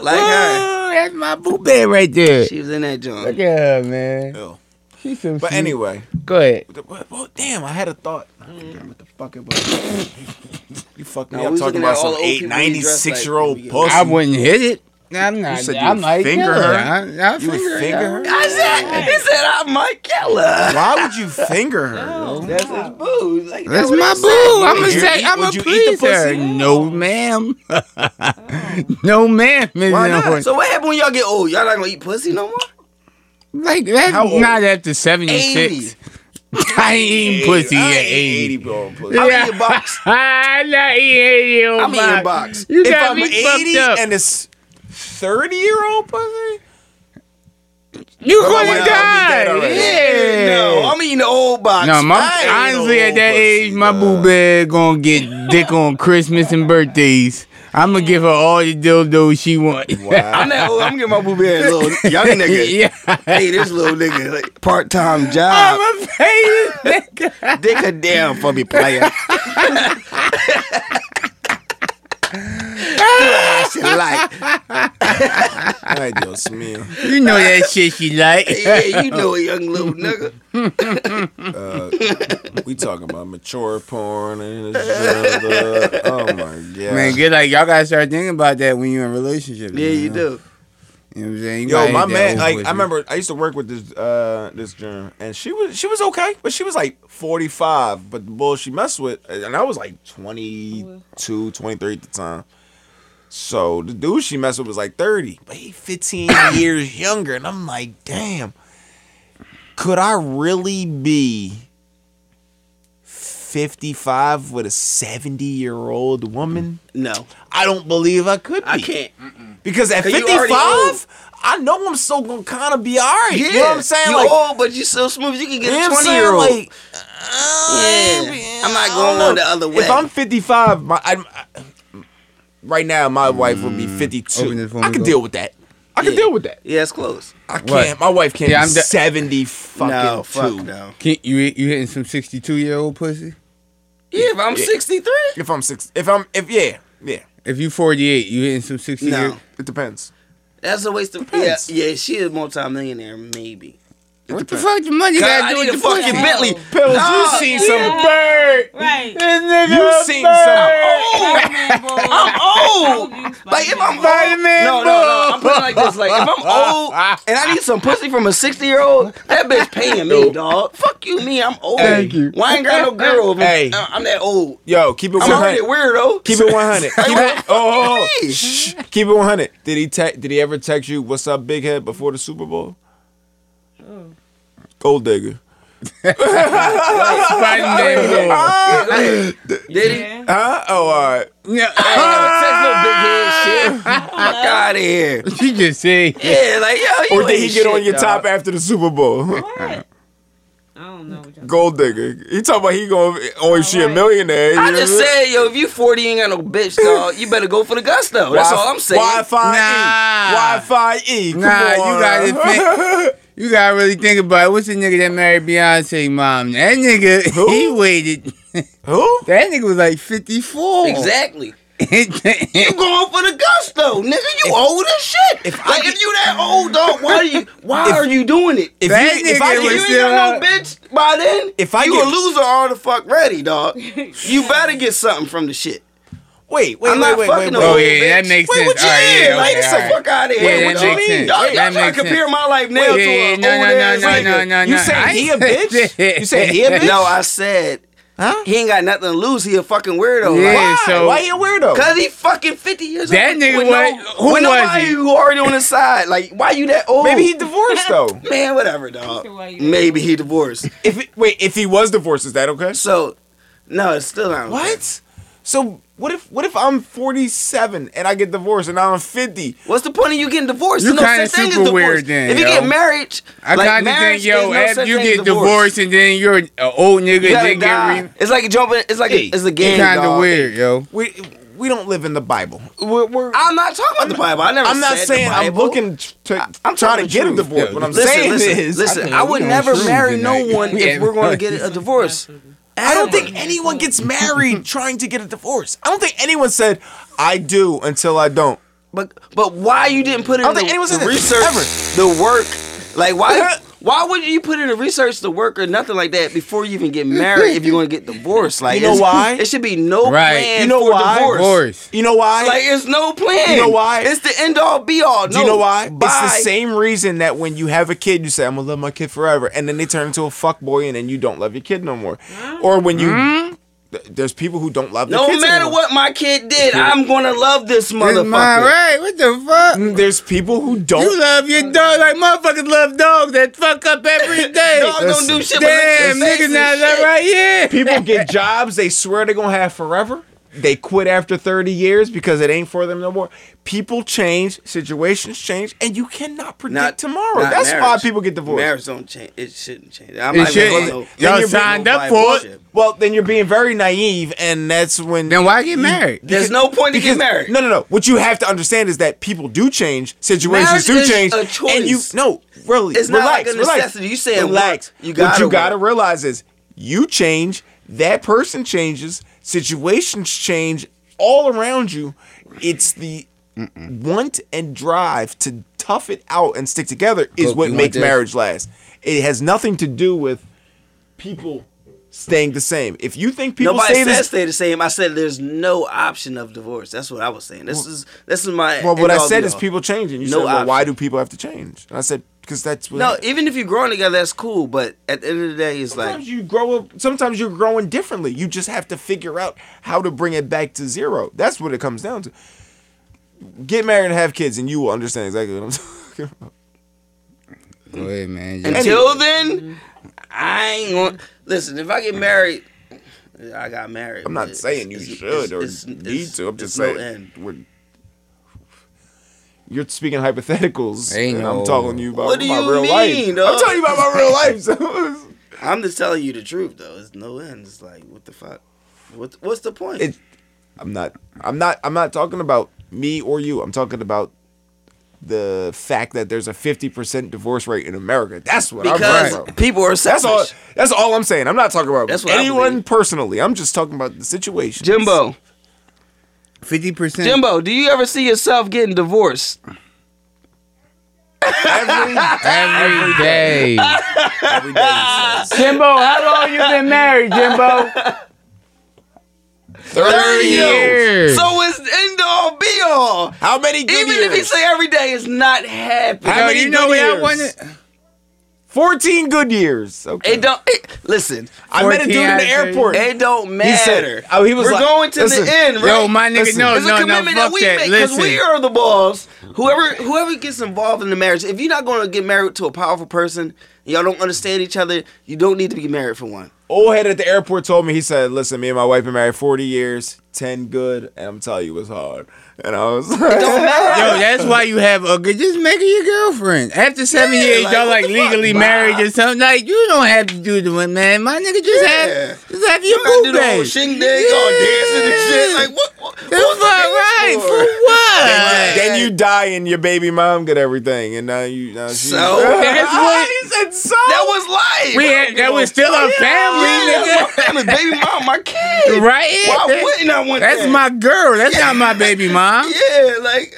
Speaker 3: like her.
Speaker 2: Ooh, That's my boo bear right there.
Speaker 3: She was in that joint.
Speaker 2: Look at her, man.
Speaker 1: Ew.
Speaker 2: She's some
Speaker 1: But
Speaker 2: sweet-
Speaker 1: anyway,
Speaker 2: go ahead.
Speaker 1: what the- what- well, damn, I had a thought. I forgot What the fuck it was? You fucked me
Speaker 3: No, we
Speaker 1: up
Speaker 3: was
Speaker 1: talking
Speaker 3: looking at
Speaker 1: about
Speaker 3: all
Speaker 1: some
Speaker 3: the old
Speaker 1: 8,
Speaker 3: people we dressed like
Speaker 1: 96 year old
Speaker 3: when we get-
Speaker 1: pussy.
Speaker 2: I wouldn't hit it. I'm not.
Speaker 1: said you
Speaker 2: I
Speaker 1: would
Speaker 2: might
Speaker 1: finger
Speaker 2: kill
Speaker 1: her?
Speaker 2: I, I
Speaker 1: You would
Speaker 2: finger,
Speaker 1: finger
Speaker 2: her.
Speaker 1: her?
Speaker 3: I said, he said I might kill her.
Speaker 1: Why would you finger her? yo?
Speaker 4: No.
Speaker 3: That's his boo. Like,
Speaker 2: That's
Speaker 3: what
Speaker 2: my
Speaker 3: he said.
Speaker 2: boo. I'm
Speaker 1: Would
Speaker 2: gonna
Speaker 1: you
Speaker 2: say
Speaker 1: eat-
Speaker 2: I'm
Speaker 1: would
Speaker 2: gonna
Speaker 1: you eat the
Speaker 2: please her.
Speaker 1: pussy? Oh.
Speaker 2: No, ma'am. no, ma'am. Miss
Speaker 1: Why not?
Speaker 2: Nelson.
Speaker 3: So what happened when y'all get old? Y'all not gonna eat pussy no more?
Speaker 2: Like that's
Speaker 1: How old?
Speaker 2: not after seventy
Speaker 3: 80.
Speaker 2: six. I ain't eating pussy
Speaker 1: I
Speaker 2: at
Speaker 1: ain't
Speaker 2: eighty.
Speaker 1: 80 old pussy.
Speaker 3: I'm eating box.
Speaker 2: I'm not eating your
Speaker 3: I'm
Speaker 2: box.
Speaker 3: eating box.
Speaker 2: You
Speaker 1: if
Speaker 2: got
Speaker 1: I'm
Speaker 2: me
Speaker 1: 80
Speaker 2: fucked up.
Speaker 1: and it's 30 year old pussy,
Speaker 2: you
Speaker 1: Oh,
Speaker 2: gonna
Speaker 1: well, I'm
Speaker 2: die.
Speaker 1: dead already.
Speaker 2: Yeah.
Speaker 3: No, I'm eating the old box.
Speaker 2: No,
Speaker 3: I
Speaker 2: my
Speaker 3: ain't
Speaker 2: honestly
Speaker 1: no
Speaker 2: at that
Speaker 1: pussy,
Speaker 2: age, my
Speaker 1: dog.
Speaker 2: boo bag gonna get dick on Christmas and birthdays. I'm gonna give her all the dildos she want.
Speaker 3: I'm not old. I'm getting my boo bear a little young nigga.
Speaker 2: yeah,
Speaker 3: Hey, this little nigga, like, part time job.
Speaker 2: I'm a famous nigga.
Speaker 3: Dick her down for me, player. I should like.
Speaker 1: I do smell.
Speaker 2: You know that shit she like.
Speaker 3: Yeah, you know a young little nigga.
Speaker 1: We talking about mature porn and this other- Oh my god.
Speaker 2: Man, get like y'all gotta start thinking about that when you're in relationships.
Speaker 3: Yeah, you
Speaker 2: know?
Speaker 3: do.
Speaker 2: You know what I'm saying? You
Speaker 1: Yo,
Speaker 2: gotta
Speaker 1: my
Speaker 2: hit that
Speaker 1: man,
Speaker 2: old
Speaker 1: like
Speaker 2: pussy.
Speaker 1: I remember I used to work with this uh this germ and she was she was okay, but she was like 45, but the bull she messed with and I was like 22, 23 at the time. So the dude she messed with was like 30, but he 15 years younger and I'm like, "Damn. Could I really be 55 with a 70-year-old woman?"
Speaker 3: No,
Speaker 1: I don't believe I could be.
Speaker 3: I can't.
Speaker 1: Because at
Speaker 3: 'Cause you
Speaker 1: 55,
Speaker 3: already old.
Speaker 1: I know I'm still gonna kind of be all right. You know what I'm saying?
Speaker 3: You
Speaker 1: like,
Speaker 3: old, but you so smooth. You can
Speaker 1: you know
Speaker 3: get
Speaker 1: what
Speaker 3: a
Speaker 1: I'm
Speaker 3: twenty
Speaker 1: saying?
Speaker 3: year old.
Speaker 1: Like, uh,
Speaker 3: Yeah. I'm not
Speaker 1: I don't
Speaker 3: going
Speaker 1: know.
Speaker 3: on the other way.
Speaker 1: If I'm 55, my, I'm, I, right now my wife would be
Speaker 2: Mm, Open this
Speaker 1: 52.
Speaker 2: phone
Speaker 1: I can
Speaker 2: door.
Speaker 1: deal with that. I can
Speaker 3: Yeah.
Speaker 1: deal with that.
Speaker 3: yeah, it's close.
Speaker 1: I can't.
Speaker 2: What?
Speaker 1: My wife can't
Speaker 2: Yeah,
Speaker 1: be
Speaker 2: I'm de-
Speaker 1: 70 fucking
Speaker 3: no,
Speaker 1: two.
Speaker 3: fuck no.
Speaker 2: Can, you you hitting some 62 year old pussy?
Speaker 3: Yeah, if I'm sixty three.
Speaker 1: If I'm six, if I'm, if yeah, yeah,
Speaker 2: If you 48, you hitting some 60
Speaker 3: No.
Speaker 2: year.
Speaker 1: it depends.
Speaker 3: That's a waste of yeah,
Speaker 1: Depends.
Speaker 3: yeah, she a multimillionaire, maybe.
Speaker 2: What the fuck? The money
Speaker 3: God,
Speaker 2: gotta
Speaker 3: I
Speaker 2: do
Speaker 3: need
Speaker 2: with
Speaker 3: a
Speaker 2: the
Speaker 3: fucking
Speaker 2: pussy?
Speaker 3: Bentley.
Speaker 1: Pills,
Speaker 3: Nah,
Speaker 1: you seen
Speaker 4: yeah.
Speaker 1: some
Speaker 2: Bird.
Speaker 4: Right.
Speaker 2: This nigga
Speaker 1: You
Speaker 2: a
Speaker 1: seen
Speaker 2: bird.
Speaker 4: Batman boy.
Speaker 3: I'm
Speaker 1: oh,
Speaker 3: old.
Speaker 4: Told you,
Speaker 3: Like if I'm
Speaker 4: Spider-Man.
Speaker 3: old,
Speaker 2: Spider-Man
Speaker 3: no, no, no.
Speaker 2: boy.
Speaker 3: I'm putting it like this. Like if I'm old and I need some pussy from a sixty year old, that bitch paying me, dog. Fuck you, me. I'm old.
Speaker 2: Thank you.
Speaker 3: Why ain't got no girl over?
Speaker 1: Hey.
Speaker 3: Uh, I'm that old.
Speaker 1: Yo, keep it
Speaker 3: I'm already
Speaker 1: 100.
Speaker 3: weirdo.
Speaker 1: Keep it 100. Keep it. Oh,
Speaker 3: Hey.
Speaker 1: shh. keep it 100. Did he te- Did he ever text you, "What's up, big head?" Before the Super Bowl?
Speaker 4: Oh.
Speaker 1: Gold digger.
Speaker 2: Spider-Man boy.
Speaker 3: Did he?
Speaker 4: Yeah.
Speaker 1: Huh? Oh, all right.
Speaker 2: Yeah.
Speaker 3: Hey, sex little big head shit. Fuck out of here.
Speaker 2: She just said,
Speaker 3: Yeah, like yo. You
Speaker 1: Or did he
Speaker 3: ain't
Speaker 1: get on
Speaker 3: shit,
Speaker 1: your
Speaker 3: dog.
Speaker 1: top after the Super Bowl?
Speaker 4: What? I don't know what y'all
Speaker 1: Gold digger. He talking about he going only if she a
Speaker 4: Alright.
Speaker 1: millionaire.
Speaker 3: I just said, yo, if you 40 ain't got no bitch, dog, you better go for the gusto. That's all I'm saying.
Speaker 1: Wi-Fi
Speaker 2: Nah.
Speaker 1: E. Wi-Fi E. Come
Speaker 2: Nah, you
Speaker 1: on.
Speaker 2: gotta think- you gotta really think about it. What's the nigga that married Beyonce mom? That nigga,
Speaker 1: Who?
Speaker 2: he waited.
Speaker 1: Who?
Speaker 2: That nigga was like 54.
Speaker 3: Exactly. You
Speaker 2: Exactly.
Speaker 3: going for the gusto, nigga. You old as shit. like, if you that old, dog, why are you, why are you doing it? If,
Speaker 2: that
Speaker 1: you- if I get-
Speaker 2: nigga
Speaker 3: you
Speaker 2: was
Speaker 3: ain't
Speaker 2: still
Speaker 3: got
Speaker 2: out.
Speaker 3: no bitch by then,
Speaker 1: If I
Speaker 3: you
Speaker 1: get-
Speaker 3: a loser all the fuck ready, dog. You better get something from the shit.
Speaker 1: Wait, wait, wait,
Speaker 3: I'm not
Speaker 1: wait,
Speaker 3: fucking
Speaker 1: wait,
Speaker 3: no
Speaker 1: wait.
Speaker 2: Oh
Speaker 3: old
Speaker 2: yeah,
Speaker 3: bitch.
Speaker 2: that makes
Speaker 1: Wait,
Speaker 2: sense.
Speaker 1: what you
Speaker 2: All right,
Speaker 1: mean?
Speaker 2: yeah,
Speaker 3: Like,
Speaker 2: okay,
Speaker 3: get
Speaker 2: all
Speaker 3: the
Speaker 2: right.
Speaker 3: fuck out of here.
Speaker 2: Yeah, that
Speaker 3: what you
Speaker 2: makes
Speaker 3: mean?
Speaker 2: sense.
Speaker 3: Dog,
Speaker 2: That
Speaker 3: y'all trying
Speaker 2: makes
Speaker 3: to compare
Speaker 2: sense.
Speaker 3: my life now to
Speaker 2: Yeah,
Speaker 3: an
Speaker 2: no,
Speaker 3: old
Speaker 2: no, no,
Speaker 3: ass
Speaker 2: no,
Speaker 3: nigga.
Speaker 2: no, no, no.
Speaker 1: You saying
Speaker 2: I
Speaker 1: he a
Speaker 2: ain't
Speaker 1: bitch?
Speaker 2: said that.
Speaker 1: You saying he a bitch?
Speaker 3: No, I said
Speaker 1: Huh?
Speaker 3: He ain't got nothing to lose. He a fucking weirdo.
Speaker 2: Yeah,
Speaker 3: Like,
Speaker 1: Why?
Speaker 2: so-
Speaker 1: Why you a weirdo?
Speaker 3: Cause he fucking fifty years
Speaker 2: That
Speaker 3: old.
Speaker 2: nigga
Speaker 3: with
Speaker 2: was- who
Speaker 3: with
Speaker 2: was
Speaker 3: nobody
Speaker 2: he?
Speaker 3: who already on his side. Like, why you that old?
Speaker 1: Maybe he divorced though.
Speaker 3: man, whatever, dog.
Speaker 4: Either way, you-
Speaker 3: Maybe he divorced.
Speaker 1: if it, wait, if he was divorced, is that okay?
Speaker 3: So, no, it's still not. okay.
Speaker 1: What? So what if what if I'm 47 and I get divorced and now I'm 50?
Speaker 3: What's the point of you getting divorced?
Speaker 2: You
Speaker 3: There's no
Speaker 2: kinda
Speaker 3: such thing as
Speaker 2: super
Speaker 3: divorce.
Speaker 2: weird then,
Speaker 3: If you
Speaker 2: yo.
Speaker 3: get married,
Speaker 2: I
Speaker 3: like,
Speaker 2: kinda
Speaker 3: marriage
Speaker 2: think, yo,
Speaker 3: is no
Speaker 2: after
Speaker 3: such
Speaker 2: you
Speaker 3: thing as
Speaker 2: get divorced and then you're an old nigga,
Speaker 3: you
Speaker 2: and
Speaker 3: gotta
Speaker 2: then
Speaker 3: die.
Speaker 2: get re-
Speaker 3: It's like jumping. It's like a, it's a game.
Speaker 2: kind of
Speaker 3: dog.
Speaker 2: weird, yo.
Speaker 1: We we don't live in the Bible. We're, we're,
Speaker 3: I'm not talking about the Bible. I never.
Speaker 1: I'm not
Speaker 3: said
Speaker 1: saying
Speaker 3: the
Speaker 1: I'm
Speaker 3: Bible.
Speaker 1: looking to
Speaker 3: I'm
Speaker 1: I'm
Speaker 3: telling
Speaker 1: trying to
Speaker 3: the
Speaker 1: get a
Speaker 3: truth.
Speaker 1: divorce.
Speaker 2: Yeah,
Speaker 1: What I'm
Speaker 3: Listen,
Speaker 1: saying
Speaker 3: listen,
Speaker 1: is
Speaker 3: listen.
Speaker 2: think
Speaker 3: I, would
Speaker 2: we on
Speaker 3: never
Speaker 2: shrooms
Speaker 3: marry
Speaker 2: tonight.
Speaker 3: no one
Speaker 2: We
Speaker 3: if
Speaker 2: at
Speaker 3: we're going to
Speaker 2: brunch.
Speaker 3: get a divorce.
Speaker 1: I don't think anyone gets married trying to get a divorce. I don't think anyone said I do until I don't.
Speaker 3: But but why you didn't put in
Speaker 1: I don't
Speaker 3: the,
Speaker 1: think anyone
Speaker 3: the
Speaker 1: said that,
Speaker 3: research,
Speaker 1: ever.
Speaker 3: the work? Like why why would you put in the research, the work, or nothing like that before you even get married? if you're going to get divorced, like
Speaker 1: You know
Speaker 3: it's-
Speaker 1: why?
Speaker 3: It should be no
Speaker 2: Right.
Speaker 3: plan.
Speaker 1: You know
Speaker 3: for
Speaker 1: why?
Speaker 3: Divorce.
Speaker 2: Divorce.
Speaker 1: You know why?
Speaker 3: Like it's no
Speaker 1: You
Speaker 3: plan.
Speaker 1: know why?
Speaker 3: It's the end all be all.
Speaker 1: do you know why? It's
Speaker 3: Bye.
Speaker 1: the same reason that when you have a kid, you say, I'm gonna love my kid forever, and then they turn into a fuck boy, and then you don't love your kid no more. Or when you th- there's people who don't love their
Speaker 3: Mm-hmm. No
Speaker 1: kids
Speaker 3: matter
Speaker 1: anymore.
Speaker 3: what my kid did, I'm gonna love this
Speaker 2: It's my
Speaker 3: motherfucker.
Speaker 2: right. What the fuck?
Speaker 1: Mm, There's people who
Speaker 2: You
Speaker 1: don't
Speaker 2: love your dog like motherfuckers love dogs that fuck up every day.
Speaker 3: Dog don't do shit but
Speaker 2: Damn, niggas
Speaker 3: lick their face
Speaker 2: not
Speaker 3: and
Speaker 2: that
Speaker 3: shit.
Speaker 2: right? Yeah.
Speaker 1: people get jobs they swear they're gonna have forever. They quit after 30 years because it ain't for them no more. People change, situations change, and you cannot predict
Speaker 3: Not-
Speaker 1: tomorrow.
Speaker 3: not
Speaker 1: That's why
Speaker 3: marriage.
Speaker 1: people get divorced.
Speaker 3: Marriage don't change. It shouldn't change. I'm
Speaker 2: It
Speaker 3: not even
Speaker 2: shouldn't.
Speaker 3: gonna go-
Speaker 2: Y'all
Speaker 3: Then you're
Speaker 2: signed
Speaker 3: being
Speaker 2: up
Speaker 3: no
Speaker 2: for it.
Speaker 3: bullshit.
Speaker 1: Well, then you're being very naive, and that's when
Speaker 2: Then why get married?
Speaker 3: There's no point to get married.
Speaker 1: No, no, no. What you have to understand is that people do change, situations
Speaker 3: Marriage
Speaker 1: do
Speaker 3: is
Speaker 1: change,
Speaker 3: a
Speaker 1: and you
Speaker 3: choice.
Speaker 1: no really.
Speaker 3: It's not
Speaker 1: relax,
Speaker 3: like a
Speaker 1: relax,
Speaker 3: necessity. You said
Speaker 1: relax.
Speaker 3: work. You
Speaker 1: what
Speaker 3: gotta
Speaker 1: you gotta
Speaker 3: work.
Speaker 1: realize is you change, that person changes, situations change all around you. It's the want and drive to tough it out and stick together is
Speaker 2: Look,
Speaker 1: what
Speaker 2: you want
Speaker 1: makes
Speaker 2: this?
Speaker 1: marriage last. It has nothing to do with people staying the same. If you think people
Speaker 3: Nobody
Speaker 1: stay
Speaker 3: said
Speaker 1: the same.
Speaker 3: stay the same. I said there's no option of divorce. That's what I was saying. This is this is my.
Speaker 1: Well, what I
Speaker 3: end-all,
Speaker 1: said is
Speaker 3: be-all.
Speaker 1: people change, and you
Speaker 3: No
Speaker 1: said, well, why
Speaker 3: option.
Speaker 1: do people have to change? And I said, because that's what.
Speaker 3: No, even if you're growing together, that's cool. But at the end of the day, it's
Speaker 1: sometimes
Speaker 3: like
Speaker 1: you grow up. Sometimes you're growing differently. You just have to figure out how to bring it back to zero. That's what it comes down to. Get married and have kids, and you will understand exactly what I'm talking about.
Speaker 2: Go ahead, man. Just-
Speaker 3: until then, I ain't going. to Listen, if I get married, I got married.
Speaker 1: I'm not
Speaker 3: It's-
Speaker 1: saying you
Speaker 3: it's-
Speaker 1: should
Speaker 3: it's-
Speaker 1: or
Speaker 3: it's-
Speaker 1: need
Speaker 3: it's-
Speaker 1: to. I'm just
Speaker 3: it's no
Speaker 1: saying.
Speaker 3: end.
Speaker 1: we're- you're speaking hypotheticals,
Speaker 2: Ain't
Speaker 1: and
Speaker 2: no-
Speaker 1: I'm talking to you about
Speaker 3: What do
Speaker 1: my
Speaker 3: you
Speaker 1: real
Speaker 3: mean,
Speaker 1: life.
Speaker 3: dog?
Speaker 1: I'm talking you about my real life. So
Speaker 3: I'm just telling you the truth, though. It's no end. It's like, what the fuck? What, what's the point?
Speaker 1: It- I'm not I'm not I'm not talking about me or you. I'm talking about the fact that there's a 50% divorce rate in America. That's what I'm
Speaker 3: because
Speaker 1: talking about.
Speaker 3: people are
Speaker 1: That's
Speaker 3: selfish.
Speaker 1: all that's all I'm saying. I'm not talking about
Speaker 3: That's what I
Speaker 1: anyone
Speaker 3: believe.
Speaker 1: personally. I'm just talking about the situation.
Speaker 3: Jimbo,
Speaker 2: 50%.
Speaker 3: Jimbo, do you ever see yourself getting divorced?
Speaker 1: Every,
Speaker 2: Every day.
Speaker 1: every day he says.
Speaker 2: Jimbo, how long you been married, Jimbo?
Speaker 1: 30 years.
Speaker 3: So it's end all be all.
Speaker 1: How many good
Speaker 3: Even if
Speaker 1: years?
Speaker 3: he say every day is not happy.
Speaker 1: How
Speaker 2: Yo,
Speaker 1: many
Speaker 2: you know
Speaker 1: good
Speaker 2: what I
Speaker 1: years?
Speaker 2: wanted?
Speaker 1: 14 good years. Okay.
Speaker 3: It don't it, listen.
Speaker 1: I met a dude
Speaker 2: 14
Speaker 1: in
Speaker 2: out
Speaker 1: the
Speaker 2: of
Speaker 1: airport.
Speaker 3: It don't matter.
Speaker 1: He said, oh, he was
Speaker 3: We're
Speaker 1: like-
Speaker 3: going to
Speaker 1: listen,
Speaker 3: the end, right?
Speaker 2: Yo, my nigga,
Speaker 1: Listen.
Speaker 2: no,
Speaker 3: it's
Speaker 2: no,
Speaker 3: a
Speaker 2: no,
Speaker 3: commitment that
Speaker 2: fuck
Speaker 3: we
Speaker 2: that.
Speaker 3: make because
Speaker 2: Listen,
Speaker 3: we are the boss. Whoever whoever gets involved in the marriage, if you're not going to get married to a powerful person, y'all don't understand each other. You don't need to be married for one.
Speaker 1: old head at the airport told me he said, "Listen, me and my wife been married 40 years, 10 good, and I'm telling you, it's hard." And I was like,
Speaker 3: don't matter.
Speaker 2: Yo, that's why you have a good. Just make her your girlfriend. After seven
Speaker 3: Yeah,
Speaker 2: years,
Speaker 3: like,
Speaker 2: y'all
Speaker 3: what
Speaker 2: like
Speaker 3: the fuck?
Speaker 2: legally
Speaker 3: Bye.
Speaker 2: married or something. Like you don't have to do the one, man. My nigga just
Speaker 3: Yeah.
Speaker 2: have just have your
Speaker 3: I do
Speaker 2: boo
Speaker 3: the whole
Speaker 2: day.
Speaker 3: shing ding, all dancing and shit.
Speaker 2: Yeah.
Speaker 3: Like what? what what
Speaker 2: That's
Speaker 3: was the
Speaker 2: about right.
Speaker 3: dance
Speaker 2: For
Speaker 3: for?
Speaker 2: what?
Speaker 1: then you die and your baby mom get everything, and now you now she, Ah,
Speaker 3: So?
Speaker 2: That's what-
Speaker 1: he said. So
Speaker 3: That was life.
Speaker 2: we had, that was still a
Speaker 3: Yeah,
Speaker 2: family,
Speaker 3: that's my family, baby mom, my kid.
Speaker 2: nigga. Right?
Speaker 3: Why
Speaker 2: That-
Speaker 3: wouldn't I want
Speaker 2: That's
Speaker 3: that?
Speaker 2: my girl. That's not my baby mom.
Speaker 3: Yeah, like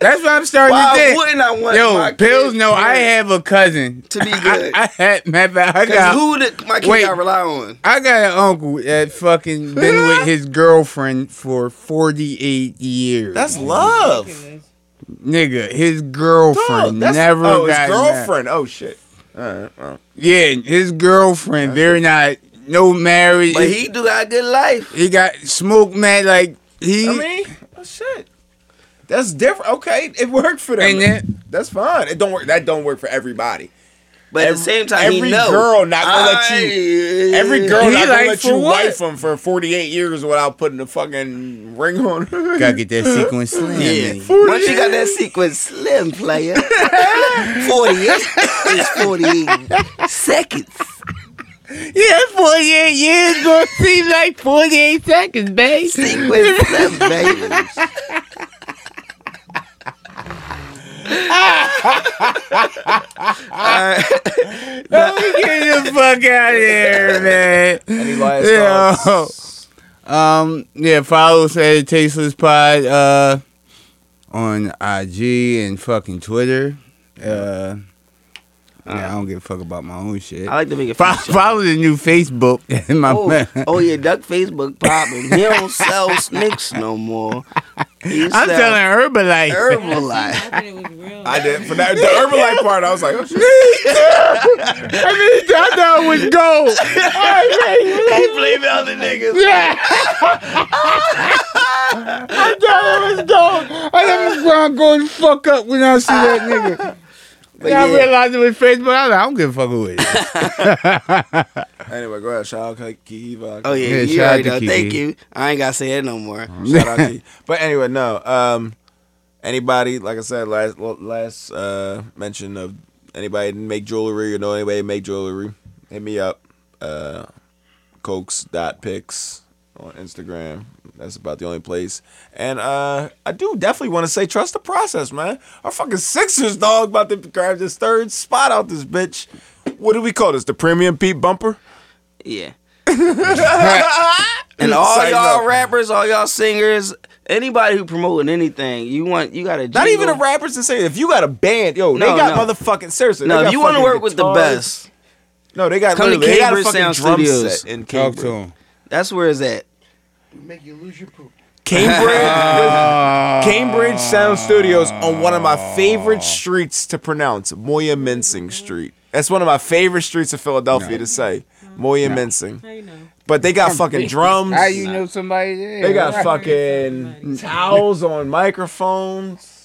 Speaker 2: That's what I'm starting
Speaker 3: why
Speaker 2: to think.
Speaker 3: wouldn't I want my
Speaker 2: Yo, pills.
Speaker 3: kid
Speaker 2: No, I have a cousin.
Speaker 3: to be
Speaker 2: I,
Speaker 3: good?
Speaker 2: I had matter of fact, I
Speaker 3: 'Cause
Speaker 2: got
Speaker 3: who did my kid
Speaker 2: Wait.
Speaker 3: I rely on?
Speaker 2: I got an uncle that fucking been with his girlfriend for 48 years.
Speaker 1: that's love.
Speaker 4: Ridiculous.
Speaker 2: nigga, his
Speaker 1: Dog,
Speaker 2: girlfriend
Speaker 1: that's,
Speaker 2: never
Speaker 1: oh, his
Speaker 2: got married. Uh,
Speaker 1: girlfriend. Oh shit. All right, well.
Speaker 2: Yeah, his girlfriend, they're not no marriage.
Speaker 3: But he do got a good life.
Speaker 2: he got smoke man like he.
Speaker 1: I mean, oh, shit. That's different. Okay, it worked for them.
Speaker 2: Ain't it?
Speaker 1: That's fine. It don't work. That don't work for everybody.
Speaker 3: But at
Speaker 1: Every-
Speaker 3: the same time,
Speaker 1: every
Speaker 3: he know.
Speaker 1: girl not gonna let
Speaker 3: you.
Speaker 1: Every girl
Speaker 2: He
Speaker 1: not
Speaker 2: like,
Speaker 1: gonna let
Speaker 2: for
Speaker 1: you
Speaker 2: what?
Speaker 1: wife him for 48 years without putting a fucking ring on.
Speaker 2: Gotta get that sequence slim.
Speaker 3: Yeah.
Speaker 2: in.
Speaker 3: Once you got that sequence slim, player, 48 is 48 seconds.
Speaker 2: Yeah, 48 years gonna seem like 48 seconds, babe.
Speaker 3: Sequence slim, baby.
Speaker 2: Get the fuck out of here, man.
Speaker 1: Any last
Speaker 2: Yeah.
Speaker 1: thoughts?
Speaker 2: Um, yeah, follow us at Tasteless Pod uh, on IG and fucking Twitter. Uh, yeah, I don't give a fuck about my own shit.
Speaker 3: I like to make it
Speaker 2: Fo- follow the new Facebook. in my
Speaker 3: Oh, oh yeah, Duck Facebook popping. He don't sell snakes no more. He
Speaker 2: I'm
Speaker 3: sell
Speaker 2: telling Herbalife.
Speaker 3: Herbalife.
Speaker 4: I think it was real.
Speaker 1: I did for that the Herbalife part. I was like, oh shit.
Speaker 2: I mean, I thought it was gold.
Speaker 3: He blame other niggas.
Speaker 2: Yeah. I thought it was gold. I never gonna go and fuck up when I see that nigga.
Speaker 3: But
Speaker 2: Yeah, I
Speaker 3: yeah.
Speaker 2: realized it was Facebook. I, was like, I don't give a fuck who it is.
Speaker 1: Anyway, go ahead. Shout out Kiva.
Speaker 3: Oh yeah,
Speaker 2: Yeah,
Speaker 3: you
Speaker 2: shout out
Speaker 3: already
Speaker 2: to
Speaker 3: know.
Speaker 2: Kiki.
Speaker 3: Thank you. I ain't gotta say that no more.
Speaker 1: Shout out to you. But anyway, no. Um, anybody, like I said, last last uh mention of anybody that make jewelry or know anybody that make jewelry, hit me up. Uh, cokes.pics on Instagram. That's about the only place. And uh, I do definitely want to say trust the process, man. Our fucking Sixers dog about to grab this third spot out this bitch. What do we call this? The premium Pete bumper?
Speaker 3: Yeah. and all
Speaker 1: Sorry,
Speaker 3: y'all
Speaker 1: no.
Speaker 3: rappers, all y'all singers, anybody who promoting anything, you want you got to
Speaker 1: Not even the rappers and say if you got a band, yo,
Speaker 3: No,
Speaker 1: they got
Speaker 3: no.
Speaker 1: motherfucking seriously. they
Speaker 3: No, if
Speaker 1: got
Speaker 3: you want to
Speaker 1: fucking
Speaker 3: work with the
Speaker 1: guitars.
Speaker 3: best,
Speaker 1: No, they got
Speaker 3: Come to
Speaker 1: literally, they got a
Speaker 3: Cambridge
Speaker 1: fucking
Speaker 3: Sound
Speaker 1: drum
Speaker 3: Studios.
Speaker 1: set in
Speaker 2: Talk
Speaker 1: Cambridge.
Speaker 2: to him.
Speaker 3: that's where it's at.
Speaker 5: Make you lose your poop.
Speaker 1: Cambridge,
Speaker 2: Uh,
Speaker 1: Cambridge Sound Studios on one of my favorite streets to pronounce, Moya Mensing Street. That's one of my favorite streets of Philadelphia to say, Moya Mensing.
Speaker 4: How you know?
Speaker 1: But they got fucking drums.
Speaker 2: How you know somebody there?
Speaker 1: They got
Speaker 4: Right.
Speaker 1: fucking towels on microphones.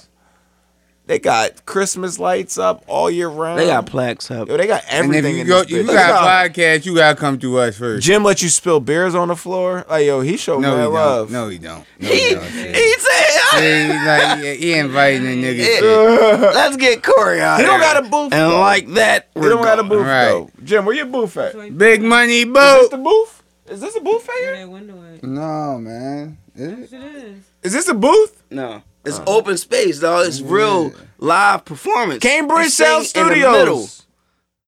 Speaker 1: They got Christmas lights up all year round.
Speaker 3: They got plaques up.
Speaker 1: Yo, they got
Speaker 2: And if
Speaker 1: everything.
Speaker 2: you
Speaker 1: in
Speaker 2: go,
Speaker 1: this
Speaker 2: you
Speaker 1: bitch.
Speaker 2: got a podcast. You gotta come to us first.
Speaker 1: Jim let you spill beers on the floor. Like yo, he showed
Speaker 2: No,
Speaker 1: mad
Speaker 2: he
Speaker 1: love.
Speaker 2: don't. No, he don't. No,
Speaker 3: He,
Speaker 2: he
Speaker 3: he
Speaker 2: don't.
Speaker 3: said,
Speaker 2: shit. He, like, he, he inviting the nigga.
Speaker 3: Yeah.
Speaker 2: shit.
Speaker 3: "Let's get Corey out."
Speaker 1: He don't
Speaker 3: here."
Speaker 1: got a booth.
Speaker 3: and
Speaker 1: though.
Speaker 3: like that.
Speaker 1: he don't got a booth
Speaker 2: Right.
Speaker 1: though. Jim, where your booth at? Is
Speaker 4: Where
Speaker 2: Big money
Speaker 1: this
Speaker 2: boat.
Speaker 1: the booth? Is this a booth right here?
Speaker 4: that window at?
Speaker 2: No, man. Is
Speaker 4: Yes, it is.
Speaker 1: Is this a booth?
Speaker 3: No,
Speaker 1: Uh-huh.
Speaker 3: it's open space, dog. It's real live performance.
Speaker 1: Cambridge
Speaker 3: You sing
Speaker 1: Sound
Speaker 3: in the middle.
Speaker 1: Studios.